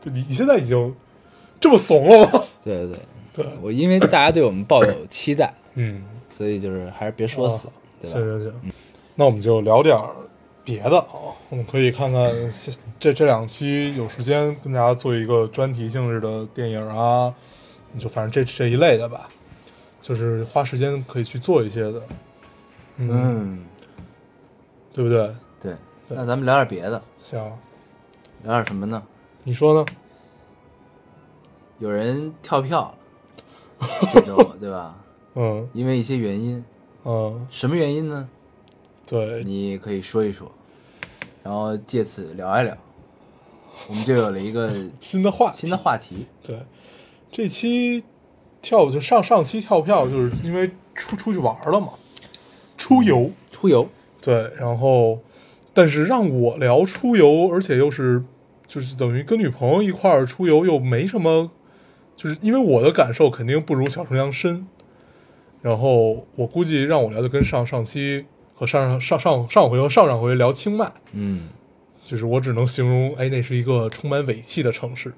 Speaker 4: 对你你现在已经这么怂了吗？
Speaker 3: 对对
Speaker 4: 对，
Speaker 3: 我因为大家对我们抱有期待，
Speaker 4: 嗯，
Speaker 3: 所以就是还是别说死
Speaker 4: 哦，
Speaker 3: 对
Speaker 4: 行
Speaker 3: 吧？
Speaker 4: 行行，那我们就聊点儿别的啊，我们可以看看下这这两期有时间跟大家做一个专题性质的电影啊，你就反正这这一类的吧，就是花时间可以去做一些的，嗯，
Speaker 3: 嗯，
Speaker 4: 对不对？
Speaker 3: 对。那咱们聊点别的，
Speaker 4: 行，
Speaker 3: 聊点什么呢？
Speaker 4: 你说呢？
Speaker 3: 有人跳票了，这周对吧？
Speaker 4: 嗯
Speaker 3: 因为一些原因，
Speaker 4: 嗯，
Speaker 3: 什么原因呢？
Speaker 4: 对，
Speaker 3: 你可以说一说，然后借此聊一聊，我们就有了一个
Speaker 4: 新的话题，
Speaker 3: 新的话题。
Speaker 4: 对，这期跳就上上期跳票，就是因为出出去玩儿了嘛，出游。
Speaker 3: 出游，
Speaker 4: 对，然后，但是让我聊出游，而且又是就是等于跟女朋友一块儿出游，又没什么，就是因为我的感受肯定不如小春阳深。然后我估计让我聊的跟上上期和上上上上回和上上回聊清迈，
Speaker 3: 嗯，
Speaker 4: 就是我只能形容，哎，那是一个充满尾气的城市。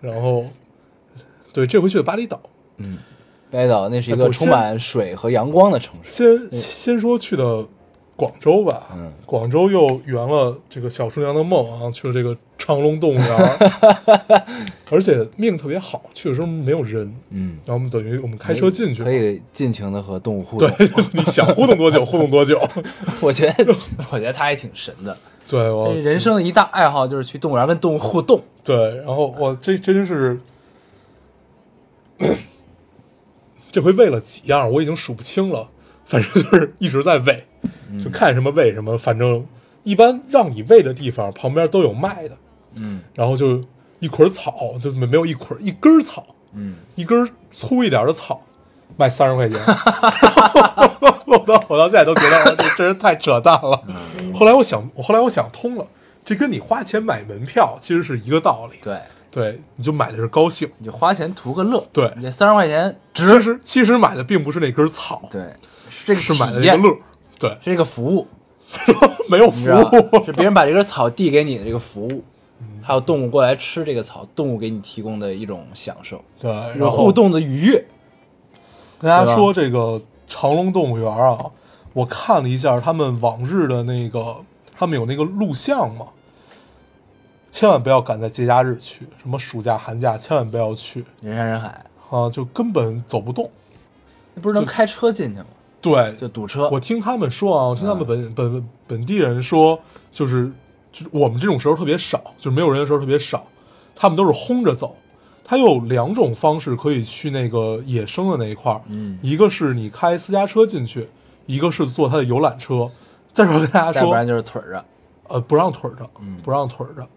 Speaker 4: 然后，对，这回去的巴厘岛，
Speaker 3: 巴厘岛那是一
Speaker 4: 哎
Speaker 3: 个
Speaker 4: 我
Speaker 3: 充
Speaker 4: 先
Speaker 3: 满水和阳光的城市。
Speaker 4: 先先说去的广州吧，
Speaker 3: 嗯
Speaker 4: 广州又圆了这个小厨娘的梦啊，去了这个长隆动物园 儿，而且命特别好，去的时候没有人，
Speaker 3: 嗯，
Speaker 4: 然后我们等于我们开车进去，
Speaker 3: 可以尽情的和动物互动
Speaker 4: 对。， 你想互动多久互动多久，
Speaker 3: 我觉得， 我觉得他还挺神的。
Speaker 4: 对我
Speaker 3: 人生的一大爱好就是去动物园跟动物互动。
Speaker 4: 对，然后我这真是，这回喂了几样，我已经数不清了，反正就是一直在喂，
Speaker 3: 嗯
Speaker 4: 就看什么喂什么，反正一般让你喂的地方旁边都有卖的，
Speaker 3: 嗯
Speaker 4: 然后就一捆草，就没没有一捆一根草，
Speaker 3: 嗯，
Speaker 4: 一根粗一点的草，卖三十 块钱。我到我到现在都觉得这真是太扯淡了。
Speaker 3: 嗯
Speaker 4: 后来我想，我后来我想通了，这跟你花钱买门票其实是一个道理。
Speaker 3: 对，
Speaker 4: 对，你就买的是高兴。
Speaker 3: 你就花钱图个乐。
Speaker 4: 对
Speaker 3: 你这三十块钱
Speaker 4: 其实其实买的并不是那根草，
Speaker 3: 对，是这个
Speaker 4: 是买
Speaker 3: 体
Speaker 4: 的那
Speaker 3: 验
Speaker 4: 个乐。对，
Speaker 3: 是这个服务，
Speaker 4: 没有
Speaker 3: 你
Speaker 4: 服
Speaker 3: 知道吧
Speaker 4: 务。
Speaker 3: 是别人把这根草递给你的这个服务，
Speaker 4: 嗯
Speaker 3: 还有动物过来吃这个草，动物给你提供的一种享受，
Speaker 4: 对，
Speaker 3: 一
Speaker 4: 然
Speaker 3: 种
Speaker 4: 后
Speaker 3: 互动的愉悦。
Speaker 4: 跟大
Speaker 3: 对
Speaker 4: 家
Speaker 3: 吧
Speaker 4: 说这个长隆动物园啊，我看了一下他们往日的那个，他们有那个录像嘛，千万不要赶在节假日去，什么暑假、寒假千万不要去
Speaker 3: 人山人海，
Speaker 4: 啊，就根本走不动。
Speaker 3: 那不是能开车进去吗？
Speaker 4: 对，
Speaker 3: 就堵车。
Speaker 4: 我听他们说
Speaker 3: 嗯
Speaker 4: 啊，我听他们本、本本地人说，就是就是我们这种时候特别少，就是没有人的时候特别少，他们都是轰着走。它有两种方式可以去那个野生的那一块儿，
Speaker 3: 嗯
Speaker 4: 一个是你开私家车进去，一个是坐它的游览车。再说跟大家
Speaker 3: 再不
Speaker 4: 说，
Speaker 3: 然就是嗯腿儿着。
Speaker 4: 呃，不让腿儿着，不让腿儿着。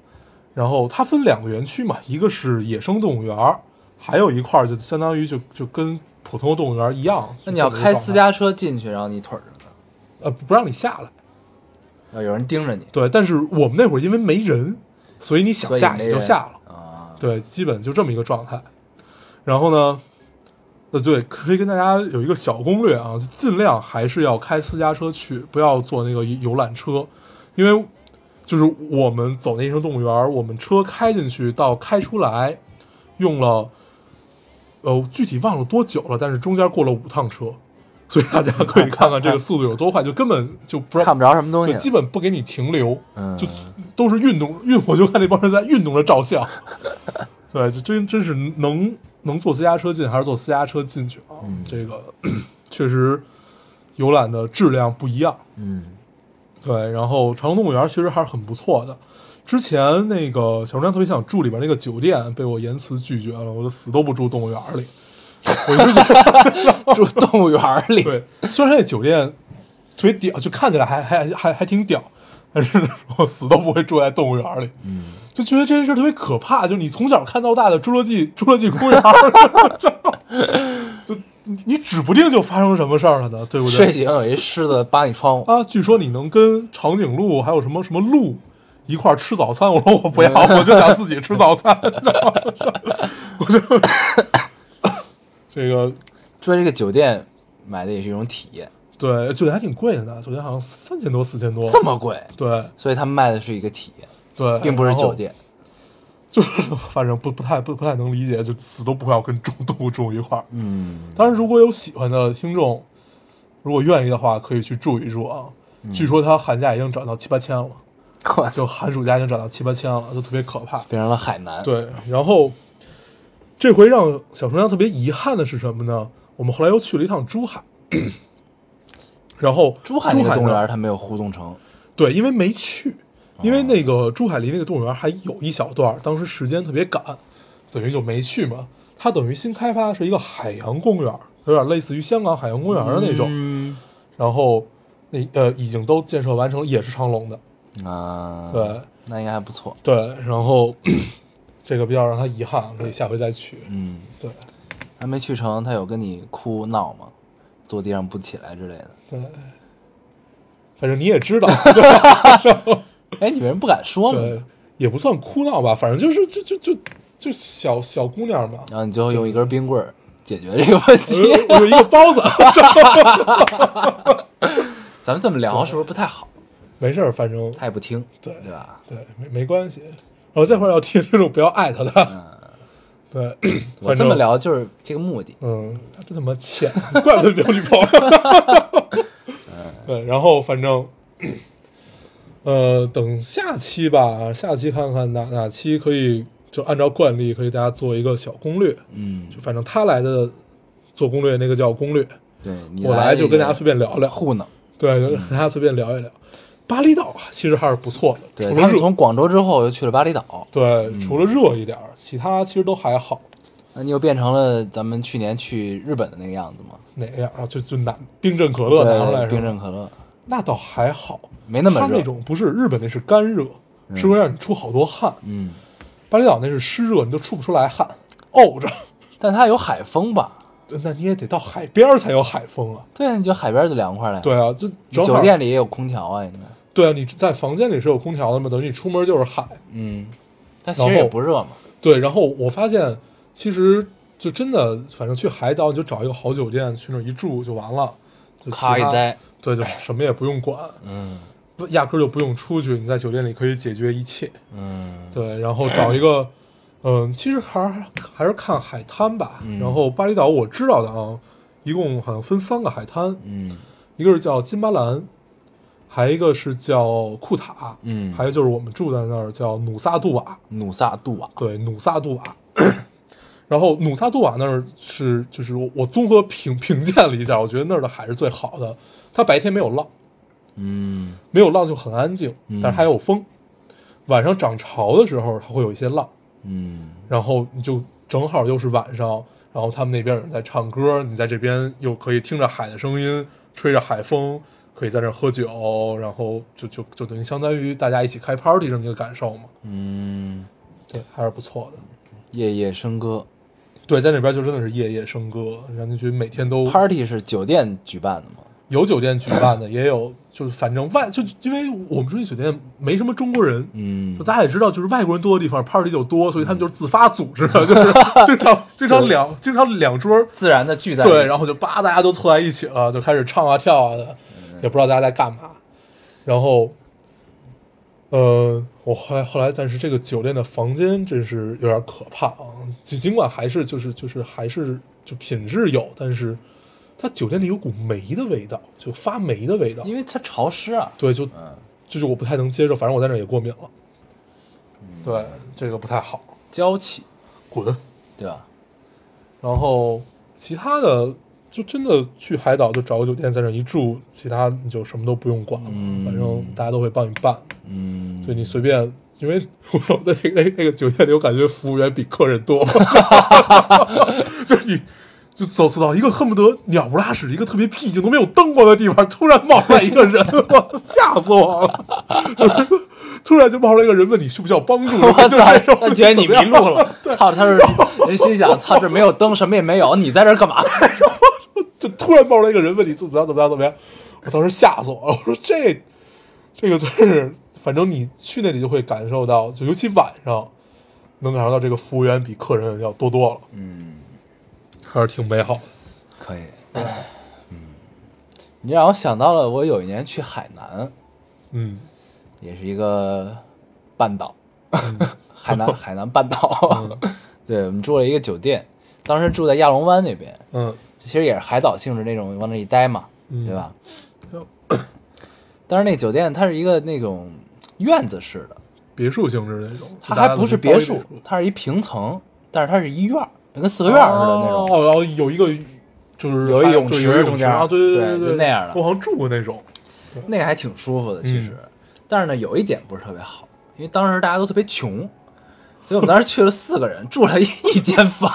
Speaker 4: 然后它分两个园区嘛，一个是野生动物园儿，还有一块儿就相当于就就跟普通的动物园儿一样。
Speaker 3: 那你要
Speaker 4: 就
Speaker 3: 开私
Speaker 4: 这么一个状
Speaker 3: 家
Speaker 4: 态，
Speaker 3: 车进去，然后你腿儿着呢，
Speaker 4: 呃，不让你下来。
Speaker 3: 要有人盯着你，
Speaker 4: 对，但是我们那会儿因为没人，所以你想
Speaker 3: 所以
Speaker 4: 下
Speaker 3: 没
Speaker 4: 也就
Speaker 3: 人
Speaker 4: 下了。
Speaker 3: 啊。
Speaker 4: 对，基本就这么一个状态。然后呢，呃，对，可以跟大家有一个小攻略啊，就尽量还是要开私家车去，不要坐那个游览车，因为就是我们走那野生动物园儿，我们车开进去到开出来，用了，呃，具体忘了多久了，但是中间过了五趟车，所以大家可以看看这个速度有多快，就根本就不让
Speaker 3: 看不着什么东
Speaker 4: 对，基
Speaker 3: 西，
Speaker 4: 本不给你停留，
Speaker 3: 嗯，
Speaker 4: 就都是运动运，我就看那帮人在运动着 照相，对，就真真是能能坐私家车进还是坐私家车进去啊？
Speaker 3: 嗯
Speaker 4: 这个确实游览的质量不一样，
Speaker 3: 嗯
Speaker 4: 对，然后长隆动物园其实还是很不错的。之前那个小姑娘特别想住里边那个酒店，被我严词拒绝了，我就死都不住动物园里。 我就觉得
Speaker 3: 住动物园里，
Speaker 4: 对，虽然它那酒店特别屌，就看起来还还还还挺屌，但是我死都不会住在动物园里。
Speaker 3: 嗯，
Speaker 4: 就觉得这件事特别可怕，就你从小看到大的《侏罗纪》《侏罗纪公园》 就，就你指不定就发生什么事儿了呢，对不对？
Speaker 3: 睡醒有一狮子扒你窗户，
Speaker 4: 啊，据说你能跟长颈鹿还有什么什么鹿一块儿吃早餐。我说我不要，我就想自己吃早餐。 你知道吗我就这个
Speaker 3: 住在这个酒店买的也是一种体验，
Speaker 4: 对酒店还挺贵的呢，酒店好像三千多四千多。
Speaker 3: 这么贵，
Speaker 4: 对
Speaker 3: 所以他们卖的是一个体验，
Speaker 4: 对，
Speaker 3: 并不是
Speaker 4: 然后
Speaker 3: 酒，店，
Speaker 4: 就是反正不不太不不太能理解，就死都不要跟中动物住一块儿。
Speaker 3: 嗯
Speaker 4: 当然，如果有喜欢的听众，如果愿意的话，可以去住一住啊。
Speaker 3: 嗯
Speaker 4: 据说它寒假已经涨到七八千了，
Speaker 3: 我操，
Speaker 4: 就寒暑假已经涨到七八千了，就特别可怕。
Speaker 3: 变成了海南，
Speaker 4: 对，然后这回让小春阳特别遗憾的是什么呢？我们后来又去了一趟珠海， 然后
Speaker 3: 珠海那个动物
Speaker 4: 呢
Speaker 3: 园它没有互动城，
Speaker 4: 对，因为没去，
Speaker 3: 哦
Speaker 4: 因为那个珠海离那个动物园还有一小段儿，当时时间特别赶，等于就没去嘛。它等于新开发是一个海洋公园，有点类似于香港海洋公园的那种。
Speaker 3: 嗯
Speaker 4: 然后那呃已经都建设完成了，也是长隆的，
Speaker 3: 啊，
Speaker 4: 对，
Speaker 3: 那应该还不错，
Speaker 4: 对。然后 这个比较让他遗憾，可以下回再去。
Speaker 3: 嗯，
Speaker 4: 对
Speaker 3: 还没去成，他有跟你哭闹吗？坐地上不起来之类 的，
Speaker 4: 对，反正你 也知道，
Speaker 3: 哎，你为什么不敢说呢？
Speaker 4: 对，也不算哭闹吧，反正就是就就就就小小姑 娘嘛，
Speaker 3: 然后你最后用一根冰棍儿解决这个问
Speaker 4: 我
Speaker 3: 题
Speaker 4: 有。我有一个包子。
Speaker 3: 咱们这么聊是不是不太好？
Speaker 4: 没事儿，反正
Speaker 3: 他也不听，
Speaker 4: 对
Speaker 3: 对吧？
Speaker 4: 对没没关系。然后这会儿要听听众不要艾特他， 对，
Speaker 3: 嗯我 这
Speaker 4: 反正
Speaker 3: 么，聊就是这个目的。
Speaker 4: 嗯，他真他妈欠， 怪不得没有女 朋友。
Speaker 3: 嗯
Speaker 4: 对，然后反正，呃，等下期吧，下期看看哪哪期可以就按照惯例可以大家做一个小攻略，
Speaker 3: 嗯，
Speaker 4: 就反正他来的做攻略那个叫攻略，
Speaker 3: 对你
Speaker 4: 我
Speaker 3: 来
Speaker 4: 来就跟大家随便聊聊，
Speaker 3: 糊弄。
Speaker 4: 对，
Speaker 3: 嗯
Speaker 4: 就跟大家随便聊一聊。巴厘岛啊，其实还是不错的，
Speaker 3: 对，
Speaker 4: 除
Speaker 3: 他
Speaker 4: 了
Speaker 3: 们
Speaker 4: 热
Speaker 3: 从广州之后又去了巴厘岛，
Speaker 4: 对，除了热一点儿，其他其实都还好。
Speaker 3: 那你又变成了咱们去年去日本的那个样子吗？
Speaker 4: 哪个呀？啊，就就拿冰镇可乐拿出来
Speaker 3: 对，冰
Speaker 4: 是吧？
Speaker 3: 镇可乐
Speaker 4: 那倒还好，
Speaker 3: 没那么
Speaker 4: 它
Speaker 3: 热
Speaker 4: 那。种不是日本那是干热，是会让你出好多汗。
Speaker 3: 嗯，
Speaker 4: 巴厘岛那是湿热，你都出不出来汗，沤着。
Speaker 3: 但它有海风吧？
Speaker 4: 那你也得到海边儿才有海风啊。
Speaker 3: 对啊，你就海边就凉快了呀。
Speaker 4: 对啊，就正好
Speaker 3: 酒店里也有空调啊，应该。
Speaker 4: 对啊，你在房间里是有空调的嘛，等于你出门就是海。
Speaker 3: 嗯，但其实也不热嘛。
Speaker 4: 对，然后我发现其实就真的，反正去海岛你就找一个好酒店去那儿一住就完了，就其
Speaker 3: 咔一
Speaker 4: 他
Speaker 3: 摘，
Speaker 4: 对，就是什么也不用管，
Speaker 3: 嗯
Speaker 4: 不压根儿就不用出去，你在酒店里可以解决一切。
Speaker 3: 嗯，
Speaker 4: 对，然后找一个，嗯，其实还是还是看海滩吧。
Speaker 3: 嗯
Speaker 4: 然后巴厘岛我知道的啊，一共好像分三个海滩，
Speaker 3: 嗯
Speaker 4: 一个是叫金巴兰，还一个是叫库塔，
Speaker 3: 嗯
Speaker 4: 还有就是我们住在那儿叫努萨杜瓦，
Speaker 3: 努萨杜瓦，
Speaker 4: 对，努萨杜瓦。 然后努萨杜瓦那儿是就是我我综合评评鉴了一下，我觉得那儿的海是最好的，它白天没有浪。
Speaker 3: 嗯
Speaker 4: 没有浪就很安静，但是还有风。晚上涨潮的时候，它会有一些浪，
Speaker 3: 嗯
Speaker 4: 然后你就正好又是晚上，然后他们那边有人在唱歌，你在这边又可以听着海的声音，吹着海风，可以在这儿喝酒，然后就就就等于相当于大家一起开 party 这么一个感受嘛，
Speaker 3: 嗯，
Speaker 4: 对，还是不错的。
Speaker 3: 夜夜笙歌
Speaker 4: 对，在那边就真的是夜夜笙歌，让你觉得每天都
Speaker 3: ，party 是酒店举办的吗？
Speaker 4: 有酒店举办的，也有就是反正外就因为我们住那酒店没什么中国人，
Speaker 3: 嗯
Speaker 4: 就，大家也知道，就是外国人多的地方 party 就多，所以他们就是自发组织的，就是经常经常两经常两桌儿，
Speaker 3: 自然的聚在一起
Speaker 4: 对，然后就叭大家都凑在一起了，就开始唱啊跳啊的，
Speaker 3: 嗯
Speaker 4: 也不知道大家在干嘛。然后，呃，我后来后来，但是这个酒店的房间真是有点可怕啊！尽尽管还是就是就是还是就品质有，但是它酒店里有股霉的味道，就发霉的味道。
Speaker 3: 因为它潮湿啊。
Speaker 4: 对，就
Speaker 3: 嗯，
Speaker 4: 就是我不太能接受，反正我在那儿也过敏了。
Speaker 3: 嗯
Speaker 4: 对，这个不太好，
Speaker 3: 娇气，
Speaker 4: 滚。
Speaker 3: 对 吧？
Speaker 4: 然后其他的就真的去海岛就找个酒店在那儿一住，其他你就什么都不用管了，
Speaker 3: 嗯
Speaker 4: 反正大家都会帮你办，
Speaker 3: 嗯，
Speaker 4: 所以你随便。因为我在那个那那个酒店里，我感觉服务员比客 人多，就是你，就走走到一个恨不得鸟不拉屎、一个特别僻静都没有灯光的地方，突然冒出来一个 人，我吓死我了！突然就冒出来一个人问你需不需要帮 助，
Speaker 3: 我
Speaker 4: 就
Speaker 3: 操
Speaker 4: 这种，
Speaker 3: 他觉得你迷路了
Speaker 4: 啊 对，
Speaker 3: 操，他是人心想，操，这没有灯，什么也没有，你在这儿干嘛？
Speaker 4: 就突然冒出来一个人问你怎么样怎么样怎么样，我当时吓死我了。我说这这个就是，反正你去那里就会感受到，就尤其晚上能感受到这个服务员比客人要多多了，
Speaker 3: 嗯，
Speaker 4: 还是挺美好的。
Speaker 3: 可以，嗯，你让我想到了，我有一年去海南，
Speaker 4: 嗯，
Speaker 3: 也是一个半岛，
Speaker 4: 嗯
Speaker 3: 海 南海南半岛， 对我们住了一个酒店，当时住在亚龙湾那边，
Speaker 4: 嗯
Speaker 3: 其实也是海岛性质那种，往那一待嘛，
Speaker 4: 嗯
Speaker 3: 对吧
Speaker 4: 哟？
Speaker 3: 但是那酒店它是一个那种院子式的，
Speaker 4: 别墅性质那种，
Speaker 3: 它还不是别墅
Speaker 4: 就大家都包一，
Speaker 3: 它是一平层，但是它是一院儿，跟四合院儿似的那种。
Speaker 4: 哦，然后有一个就是
Speaker 3: 有一
Speaker 4: 还
Speaker 3: 泳
Speaker 4: 对
Speaker 3: 池
Speaker 4: 有一
Speaker 3: 中
Speaker 4: 池
Speaker 3: 间
Speaker 4: 啊，对
Speaker 3: 对
Speaker 4: 对
Speaker 3: 就那样的
Speaker 4: 我好像住过那种。
Speaker 3: 那个还挺舒服的，其
Speaker 4: 嗯
Speaker 3: 实。但是呢，有一点不是特别好，因为当时大家都特别穷，所以我们当时去了四个人，住了一一间房，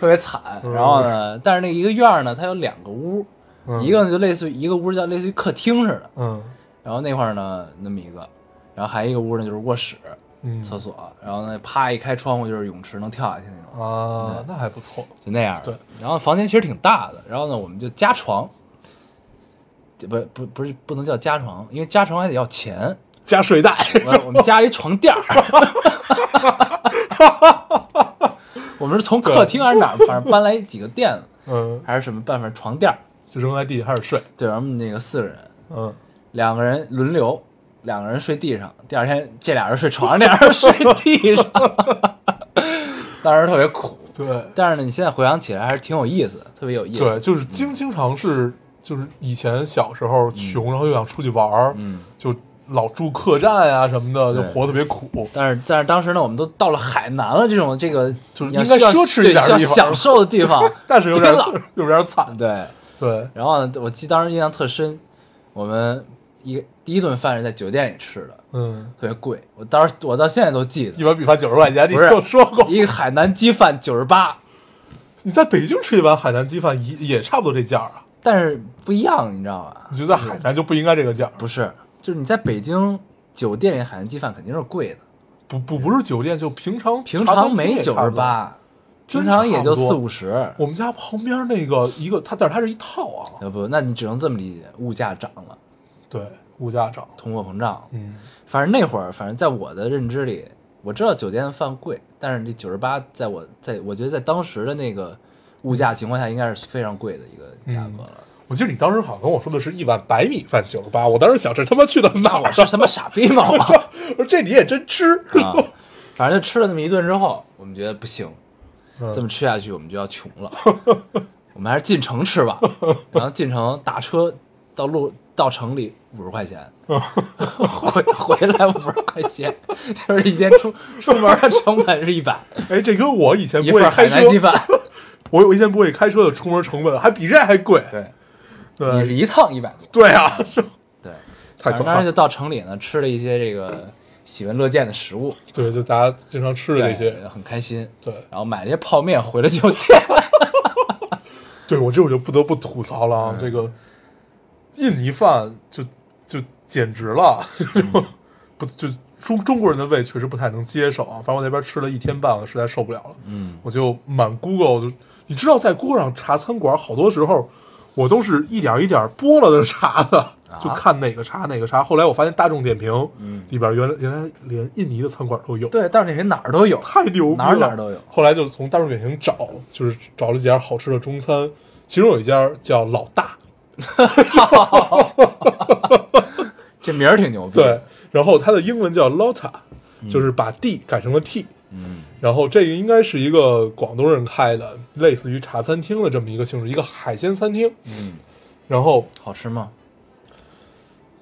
Speaker 3: 特别惨。 然后呢，但是那一个院儿呢，它有两个屋，
Speaker 4: 嗯
Speaker 3: 一个呢就类似于一个屋叫类似于客厅似的，
Speaker 4: 嗯
Speaker 3: 然后那块儿呢那么一个，然后还有一个屋呢就是卧室、
Speaker 4: 嗯
Speaker 3: 厕所，然后呢啪一开窗户就是泳池，能跳下去那种，嗯
Speaker 4: 啊，那还不错。
Speaker 3: 就那样的。
Speaker 4: 对，
Speaker 3: 然后房间其实挺大的，然后呢，我们就加床，就不不不是不能叫加床，因为加床还得要钱。
Speaker 4: 加睡袋，
Speaker 3: 我我们加一床垫儿， 我们是从客厅还是哪儿，反正搬来几个垫子
Speaker 4: 嗯，
Speaker 3: 还是什么办法床垫儿。
Speaker 4: 就扔在地下开始睡。
Speaker 3: 对，我们那个四个人，
Speaker 4: 嗯，
Speaker 3: 两个人轮流，两个人睡地上，第二天这俩人睡床上，俩人 睡地上，当时特别苦。
Speaker 4: 对，
Speaker 3: 但是呢，你现在回想起来还是挺有意思的，特别有意思。
Speaker 4: 对，就是经经常是就是以前小时候穷，然后又想出去玩儿，
Speaker 3: 嗯，
Speaker 4: 就老住客栈啊什么的，就
Speaker 3: 对
Speaker 4: 活得特别苦。
Speaker 3: 但是但是当时呢，我们都到了海南了，这种这个
Speaker 4: 就是
Speaker 3: 你要
Speaker 4: 应该
Speaker 3: 需要
Speaker 4: 奢侈一
Speaker 3: 对
Speaker 4: 点
Speaker 3: 需
Speaker 4: 的地
Speaker 3: 要
Speaker 4: 方
Speaker 3: 享受的地方。
Speaker 4: 但是有点
Speaker 3: 拼了
Speaker 4: 有点惨，
Speaker 3: 对，
Speaker 4: 对，
Speaker 3: 然后呢，我记得当时印象特深，我们一第一顿饭是在酒店里吃的，
Speaker 4: 嗯，
Speaker 3: 特别贵，我当时我到现在都记
Speaker 4: 一
Speaker 3: 得，
Speaker 4: 碗米饭九十块 钱，你
Speaker 3: 不是
Speaker 4: 就说过，
Speaker 3: 一个海南鸡饭九十八，
Speaker 4: 你在北京吃一碗海南鸡饭也也差不多这价儿啊，
Speaker 3: 但是不一样，你知道吧
Speaker 4: 你？觉得在海南就不应该这个价儿？
Speaker 3: 不是，就是你在北京酒店里海南鸡饭肯定是贵的，
Speaker 4: 不不不是酒店，就平常
Speaker 3: 平
Speaker 4: 茶餐
Speaker 3: 常
Speaker 4: 厅
Speaker 3: 没
Speaker 4: 也
Speaker 3: 九
Speaker 4: 差
Speaker 3: 十
Speaker 4: 不多。
Speaker 3: 八，
Speaker 4: 真
Speaker 3: 平常也就
Speaker 4: 差不
Speaker 3: 四
Speaker 4: 多
Speaker 3: 五十。
Speaker 4: 我们家旁边那个一个，它但是它是一套啊，
Speaker 3: 要呃不，那你只能这么理解，物价涨了，
Speaker 4: 对，物价涨，
Speaker 3: 通货膨胀了。
Speaker 4: 嗯，
Speaker 3: 反正那会儿，反正在我的认知里，我知道酒店的饭贵，但是这九十八，在我在我觉得在当时的那个物价情况下，应该是非常贵的一个价格了。
Speaker 4: 我记得你当时好像跟我说的是一碗白米饭九十八，我当时想这他妈去到哪
Speaker 3: 我
Speaker 4: 儿
Speaker 3: 是
Speaker 4: 啊？
Speaker 3: 他妈傻逼吗？我
Speaker 4: 我说这你也真吃，
Speaker 3: 啊，反正就吃了那么一顿之后，我们觉得不行，这么吃下去我们就要穷了，我们还是进城吃吧。然后进城打车到路到城里五十块钱，回回来五十块钱，就是一天出出门的成本是一百，
Speaker 4: 哎，这跟我以前
Speaker 3: 一
Speaker 4: 不会
Speaker 3: 份海
Speaker 4: 开车
Speaker 3: 南，鸡饭。
Speaker 4: 我我以前不会开车的出门成本还比这还贵，
Speaker 3: 对，你是
Speaker 4: 对
Speaker 3: 呃一趟一百多。
Speaker 4: 对啊， 是
Speaker 3: 对，反
Speaker 4: 太
Speaker 3: 正
Speaker 4: 可怕
Speaker 3: 当时
Speaker 4: 了，
Speaker 3: 就到城里呢，吃了一些这个喜闻乐见的食物，
Speaker 4: 对，就大家经常吃的
Speaker 3: 对，
Speaker 4: 这些，
Speaker 3: 很开心。
Speaker 4: 对
Speaker 3: 然后买了些泡面回了酒店，
Speaker 4: 对我这我就不得不吐槽了，啊，这个印尼饭就就简直了，不 就中中国人的胃确实不太能接受啊，反正我那边吃了一天半，我实在受不了了，
Speaker 3: 嗯，
Speaker 4: 我就满 Google 就，你知道在 Google 上查餐馆，好多时候我都是一点一点剥了的查的，就看哪个查哪个查。后来我发现大众点评里边原来原来连印尼的餐馆都有，
Speaker 3: 对，到那里哪儿都有，
Speaker 4: 太牛逼了，
Speaker 3: 哪儿哪儿都有
Speaker 4: 后来就从大众点评找，就是找了几家好吃的中餐，其中有一家叫老大，
Speaker 3: 嗯这名儿挺牛逼。
Speaker 4: 对，，然后它的英文叫 Lotta，就是把 D 改成了 T，
Speaker 3: 嗯
Speaker 4: 然后这个应该是一个广东人开的，类似于茶餐厅的这么一个性质，一个海鲜餐厅。
Speaker 3: 嗯，
Speaker 4: 然后
Speaker 3: 好吃吗？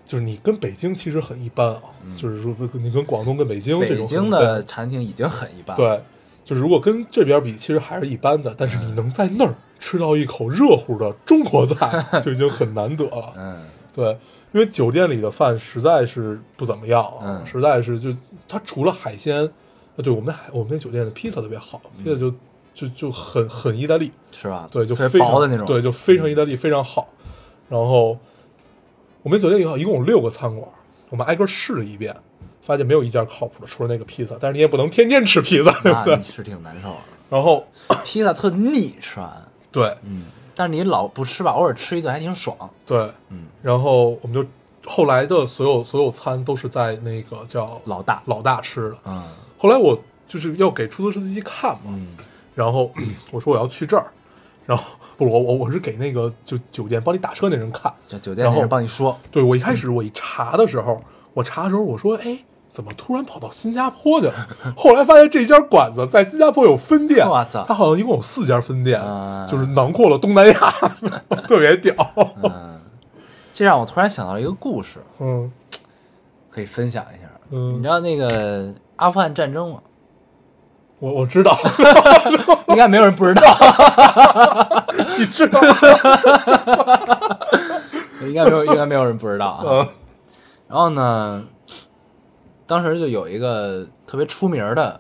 Speaker 4: 就是你跟北京其实很一般啊，就是说你跟广东跟北京这
Speaker 3: 嗯北
Speaker 4: 种
Speaker 3: 京
Speaker 4: 很一
Speaker 3: 的
Speaker 4: 般
Speaker 3: 餐厅已经很一般，，
Speaker 4: 对，就是如果跟这边比，其实还是一般的。但是你能在那儿吃到一口热乎的中 国菜，就已经很难得了。
Speaker 3: 嗯
Speaker 4: 对，因为酒店里的饭实在是不怎么样啊，
Speaker 3: 嗯
Speaker 4: 实在是就它除了海鲜，啊，对我们那海我们那酒店的披萨特别好，
Speaker 3: 嗯
Speaker 4: 披萨就就就很很意大利，
Speaker 3: 是吧？
Speaker 4: 对，就
Speaker 3: 特
Speaker 4: 非
Speaker 3: 别
Speaker 4: 常
Speaker 3: 薄的那种，嗯
Speaker 4: 对，就非常意大利，非常好。然后我们酒店以后一共有六个餐馆，我们挨个试了一遍，发现没有一家靠谱的，除了那个披萨。但是你也不能天天吃披萨，对不
Speaker 3: 那
Speaker 4: 对
Speaker 3: 你？是挺难受的。
Speaker 4: 然后
Speaker 3: 披萨特腻，吃完，
Speaker 4: 对
Speaker 3: 嗯，但是你老不吃吧，偶尔吃一顿还挺爽，
Speaker 4: 对，
Speaker 3: 嗯，
Speaker 4: 然后我们就后来的所有所有餐都是在那个叫
Speaker 3: 老大，
Speaker 4: 老大吃的。
Speaker 3: 嗯
Speaker 4: 后来我就是要给出租车司机看嘛，
Speaker 3: 嗯
Speaker 4: 然后 我说我要去这儿，然后不是我我我是给那个就酒店帮你打车那人看，
Speaker 3: 这酒店
Speaker 4: 然
Speaker 3: 那
Speaker 4: 后
Speaker 3: 人帮你说，
Speaker 4: 对我一开
Speaker 3: 嗯
Speaker 4: 始我一查的时候，我查的时候我说，哎，怎么突然跑到新加坡去了？ 后来发现这家馆子在新加坡有分店，
Speaker 3: 哇塞
Speaker 4: 它好像一共有四家分店，
Speaker 3: 啊
Speaker 4: 就是囊括了东南亚， 特别屌。
Speaker 3: 嗯，这让我突然想到了一个故事，
Speaker 4: 嗯
Speaker 3: 可以分享一下。
Speaker 4: 嗯
Speaker 3: 你知道那个阿富汗战争吗？
Speaker 4: 我我知 道，
Speaker 3: 应该没有人不知 道，
Speaker 4: 你知道，
Speaker 3: 应该没有，应该没有人不知道啊。
Speaker 4: 嗯
Speaker 3: 然后呢，当时就有一个特别出名儿的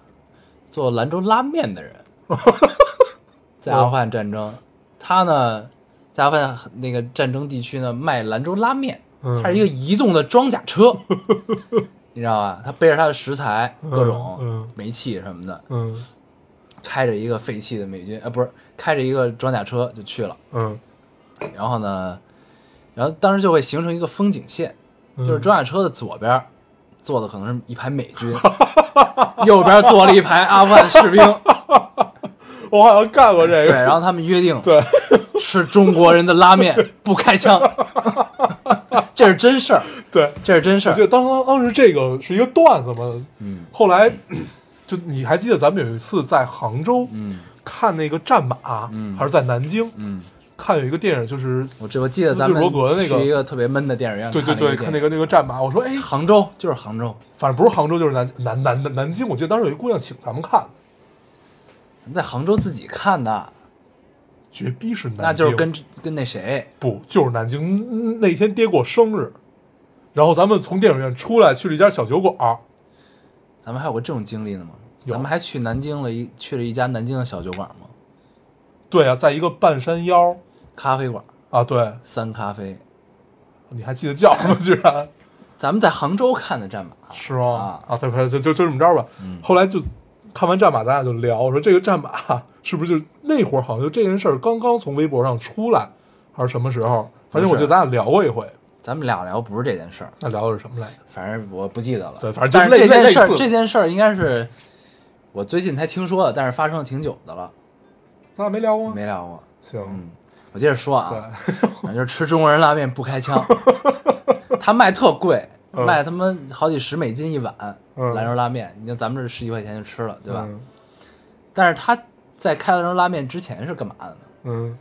Speaker 3: 做兰州拉面 的人，在阿富汗战争，他呢在阿富汗那个战争地区呢卖兰州拉面，
Speaker 4: 嗯
Speaker 3: 他是一个移动的装甲 车，你知道吧？他背着他的食材，各种
Speaker 4: 嗯
Speaker 3: 煤气什么的，
Speaker 4: 嗯
Speaker 3: 开着一个废弃的美军，呃，不是开着一个装甲车就去了。
Speaker 4: 嗯，
Speaker 3: 然后呢，然后当时就会形成一个风景线，
Speaker 4: 嗯
Speaker 3: 就是装甲车的左边儿坐的可能是一排美军， 右边坐了一排阿富汗士 兵，
Speaker 4: 我好像干过这
Speaker 3: 对，
Speaker 4: 个，
Speaker 3: 然后他们约定
Speaker 4: 对，
Speaker 3: 吃中国人的拉面不开枪， 这是真事儿，
Speaker 4: 对。
Speaker 3: 这是真事
Speaker 4: 我记得
Speaker 3: 儿，
Speaker 4: 当当当时这个是一个段子嘛，
Speaker 3: 嗯
Speaker 4: 后来就你还记得咱们有一次在杭州，
Speaker 3: 嗯
Speaker 4: 看那个战马，
Speaker 3: 嗯
Speaker 4: 还是在南京
Speaker 3: 嗯，看
Speaker 4: 看有一个电影，就是
Speaker 3: 我这我记得咱
Speaker 4: 斯皮
Speaker 3: 们
Speaker 4: 尔伯格的那
Speaker 3: 去一
Speaker 4: 个，
Speaker 3: 个特别闷的电影院，
Speaker 4: 对对对，看
Speaker 3: 看
Speaker 4: 那
Speaker 3: 个
Speaker 4: 个那个战马，我说哎
Speaker 3: 电影，杭州就是杭州，
Speaker 4: 反正不是杭州就是南南南南南京，我记得当时有一姑娘请咱们看，
Speaker 3: 咱们在杭州自己看的，
Speaker 4: 绝逼是南京，
Speaker 3: 那就是跟跟那谁，
Speaker 4: 不就是南京嗯那天爹过生日，然后咱们从电影院出来去了一家小酒馆，
Speaker 3: 咱们还有过这种经历呢吗？
Speaker 4: 有
Speaker 3: 咱们还去南京了一去了一家南京的小酒馆吗？
Speaker 4: 对啊，在一个半山腰
Speaker 3: 咖啡馆
Speaker 4: 啊，对，
Speaker 3: 三咖啡，
Speaker 4: 你还记得叫什么？ 居然。
Speaker 3: 咱们在杭州看的战马，
Speaker 4: 是吗？啊，对，就就就这么着吧。
Speaker 3: 嗯
Speaker 4: 后来就看完战马，咱俩就聊，我说这个战马是不是就那会儿好像就这件事儿刚刚从微博上出来，还是什么时候？反正我
Speaker 3: 不
Speaker 4: 记
Speaker 3: 是
Speaker 4: 得咱俩聊过一回，
Speaker 3: 咱们俩聊不是这件事儿，
Speaker 4: 那聊的是什么来着？
Speaker 3: 反正我不记得了。
Speaker 4: 对反正就
Speaker 3: 但是
Speaker 4: 类
Speaker 3: 这件事
Speaker 4: 类
Speaker 3: 儿，
Speaker 4: 似
Speaker 3: 这件事儿应该是我最近才听说的，但是发生了挺久的了，
Speaker 4: 咱俩没聊过吗？
Speaker 3: 没聊过。
Speaker 4: 行，
Speaker 3: 嗯，我接着说啊，
Speaker 4: 对，
Speaker 3: 反正就是吃中国人拉面不开 枪，他卖特贵，
Speaker 4: 嗯
Speaker 3: 卖他妈好几十美金一碗
Speaker 4: 嗯
Speaker 3: 兰州拉面，你看咱们这十几块钱就吃了，对吧？
Speaker 4: 嗯？
Speaker 3: 但是他在开兰州拉面之前是干嘛的呢？
Speaker 4: 嗯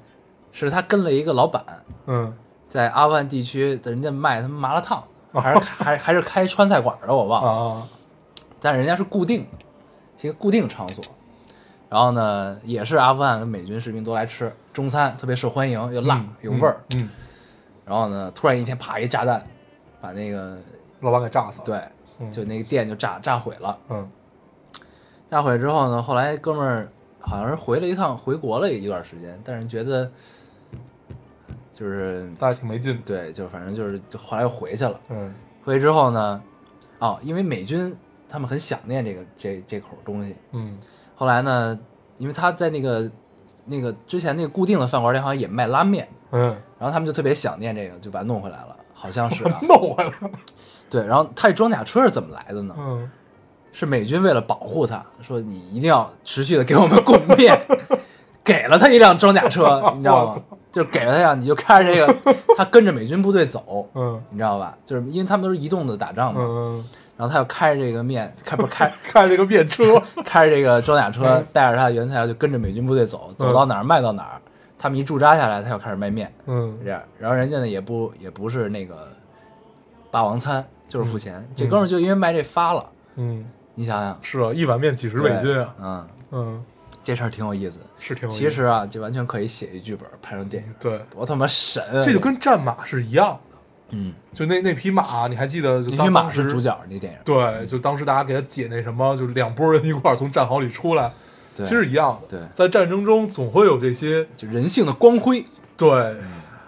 Speaker 3: 是他跟了一个老板，
Speaker 4: 嗯
Speaker 3: 在阿富汗地区，人家卖他们麻辣 烫，
Speaker 4: 哦
Speaker 3: 还是还还是开川菜馆的，我忘了。
Speaker 4: 啊，
Speaker 3: 但人家是固定的，是一个固定场所。然后呢，也是阿富汗跟美军士兵都来吃中餐，特别受欢迎，又辣、
Speaker 4: 嗯
Speaker 3: 有味儿。
Speaker 4: 嗯，嗯
Speaker 3: 然后呢，突然一天啪一炸弹，把那个
Speaker 4: 老板给炸死了。，
Speaker 3: 对，
Speaker 4: 嗯
Speaker 3: 就那个店就炸炸毁了。
Speaker 4: 嗯
Speaker 3: 炸毁之后呢，后来哥们儿好像是回了一趟，回国了一段时间，但是觉得就是
Speaker 4: 大家挺没劲的。
Speaker 3: 对，就反正就是就后来又回去了。
Speaker 4: 嗯
Speaker 3: 回去之后呢，哦，因为美军他们很想念这个这这口东西。
Speaker 4: 嗯
Speaker 3: 后来呢，因为他在那个那个之前那个固定的饭馆里好像也卖拉面，
Speaker 4: 嗯，。
Speaker 3: 然后他们就特别想念这个，就把它弄回来了，好像是、啊
Speaker 4: 弄回来了。
Speaker 3: 对，然后他这装甲车是怎么来的呢？
Speaker 4: 嗯
Speaker 3: 是美军为了保护他，说你一定要持续的给我们供面， 给了他一辆装甲车，你知道
Speaker 4: 我
Speaker 3: 吗？就给了他一辆，你就开着这个，他跟着美军部队走，
Speaker 4: 嗯
Speaker 3: 你知道吧？就是因为他们都是移动的打仗嘛，
Speaker 4: 嗯
Speaker 3: 然后他又开着这个面， 开不是 开
Speaker 4: 开这个便车，
Speaker 3: 开着这个装甲
Speaker 4: 嗯
Speaker 3: 车，带着他的原材料就跟着美军部队走，走到哪儿卖到哪儿。他们一驻扎下来，他又开始卖面，
Speaker 4: 嗯
Speaker 3: 这样。然后人家呢也不也不是那个霸王餐，就是付钱。这哥们儿就因为卖这发了，
Speaker 4: 嗯，
Speaker 3: 你想想，
Speaker 4: 是啊，一碗面几十美金啊，
Speaker 3: 嗯，
Speaker 4: 嗯，
Speaker 3: 这事儿挺有意思。
Speaker 4: 是挺有意思嗯
Speaker 3: 其实啊，这完全可以写一剧本拍成电影，
Speaker 4: 对，
Speaker 3: 多他妈神啊！
Speaker 4: 这就跟战马是一样的，
Speaker 3: 嗯，
Speaker 4: 就那那匹马，你还记得就
Speaker 3: 因
Speaker 4: 当
Speaker 3: 为马
Speaker 4: 当
Speaker 3: 是
Speaker 4: 时
Speaker 3: 主角，那电影
Speaker 4: 对，就当时大家给他解那什么，就两拨人一块儿从战壕里出来，
Speaker 3: 对
Speaker 4: 其实一样的。
Speaker 3: 对
Speaker 4: 在战争中总会有这些
Speaker 3: 就人性的光辉。
Speaker 4: 对，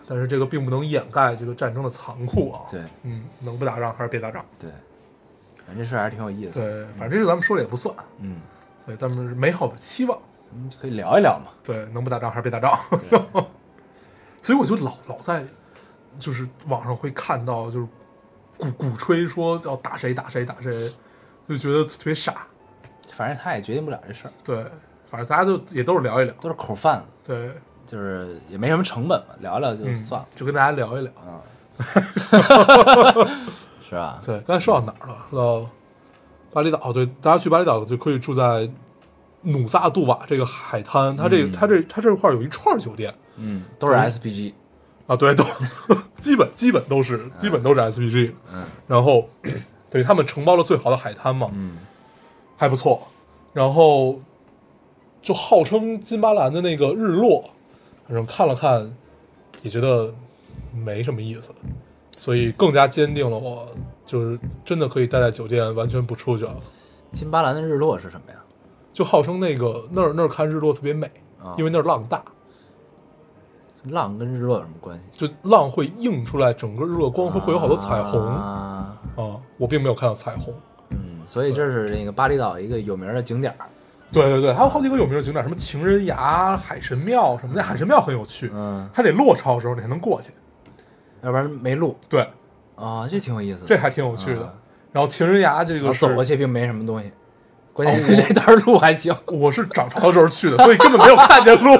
Speaker 4: 但是这个并不能掩盖这个战争的残酷啊。
Speaker 3: 嗯对
Speaker 4: 嗯，能不打仗还是别打仗。
Speaker 3: 对，反正这事儿还是挺有意思的。
Speaker 4: 对，反正这个咱们说了也不算，
Speaker 3: 嗯，
Speaker 4: 对，咱们是美好的期望。
Speaker 3: 咱们就嗯可以聊一聊嘛。
Speaker 4: 对，能不打仗还是别打仗。 所以我就老老在，就是网上会看到，就是鼓鼓吹说要打谁打谁打谁，就觉得特别傻。
Speaker 3: 反正他也决定不了这事儿，
Speaker 4: 对，反正大家就也都是聊一聊。
Speaker 3: 都是口贩子，
Speaker 4: 对，
Speaker 3: 就是也没什么成本嘛，聊聊就
Speaker 4: 嗯
Speaker 3: 算了，啊
Speaker 4: 就跟大家聊一聊。
Speaker 3: 是吧？
Speaker 4: 对，刚才说到哪儿了？说到巴厘岛。哦，对，大家去巴厘岛就可以住在努萨杜瓦这个海滩，它这个、它这它这块儿有一串儿酒店
Speaker 3: 嗯，都是 SPG，
Speaker 4: 啊，对，都基本基本都是基本都是 SPG，
Speaker 3: 嗯，
Speaker 4: 然后对他们承包了最好的海滩嘛，
Speaker 3: 嗯，
Speaker 4: 还不错，然后就号称金巴兰的那个日落，反正看了看也觉得没什么意思，所以更加坚定了我就是真的可以待在酒店，完全不出去了。
Speaker 3: 金巴兰的日落是什么呀？
Speaker 4: 就号称那个那儿那儿看日落特别美
Speaker 3: 啊，
Speaker 4: 因为那儿浪大，
Speaker 3: 浪跟日落有什么关系？
Speaker 4: 就浪会映出来整个日落光辉，会有好多彩虹啊
Speaker 3: 啊，
Speaker 4: 我并没有看到彩虹。
Speaker 3: 嗯，所以这是那个巴厘岛一个有名的景点儿，
Speaker 4: 对对对，还有好几个有名的景点，什么情人崖、海神庙什么的。海神庙很有趣，
Speaker 3: 嗯，
Speaker 4: 它得落潮的时候你才能过去。
Speaker 3: 要不然没路
Speaker 4: 对，
Speaker 3: 啊，这挺有意思的。
Speaker 4: 这还挺有趣的。
Speaker 3: 啊
Speaker 4: 然后情人崖这
Speaker 3: 然
Speaker 4: 个
Speaker 3: 后
Speaker 4: 是哦
Speaker 3: 走过去并没什啊么东西，关键是这段路还行，
Speaker 4: 我是涨潮的时候去的，所以根本没有看见路。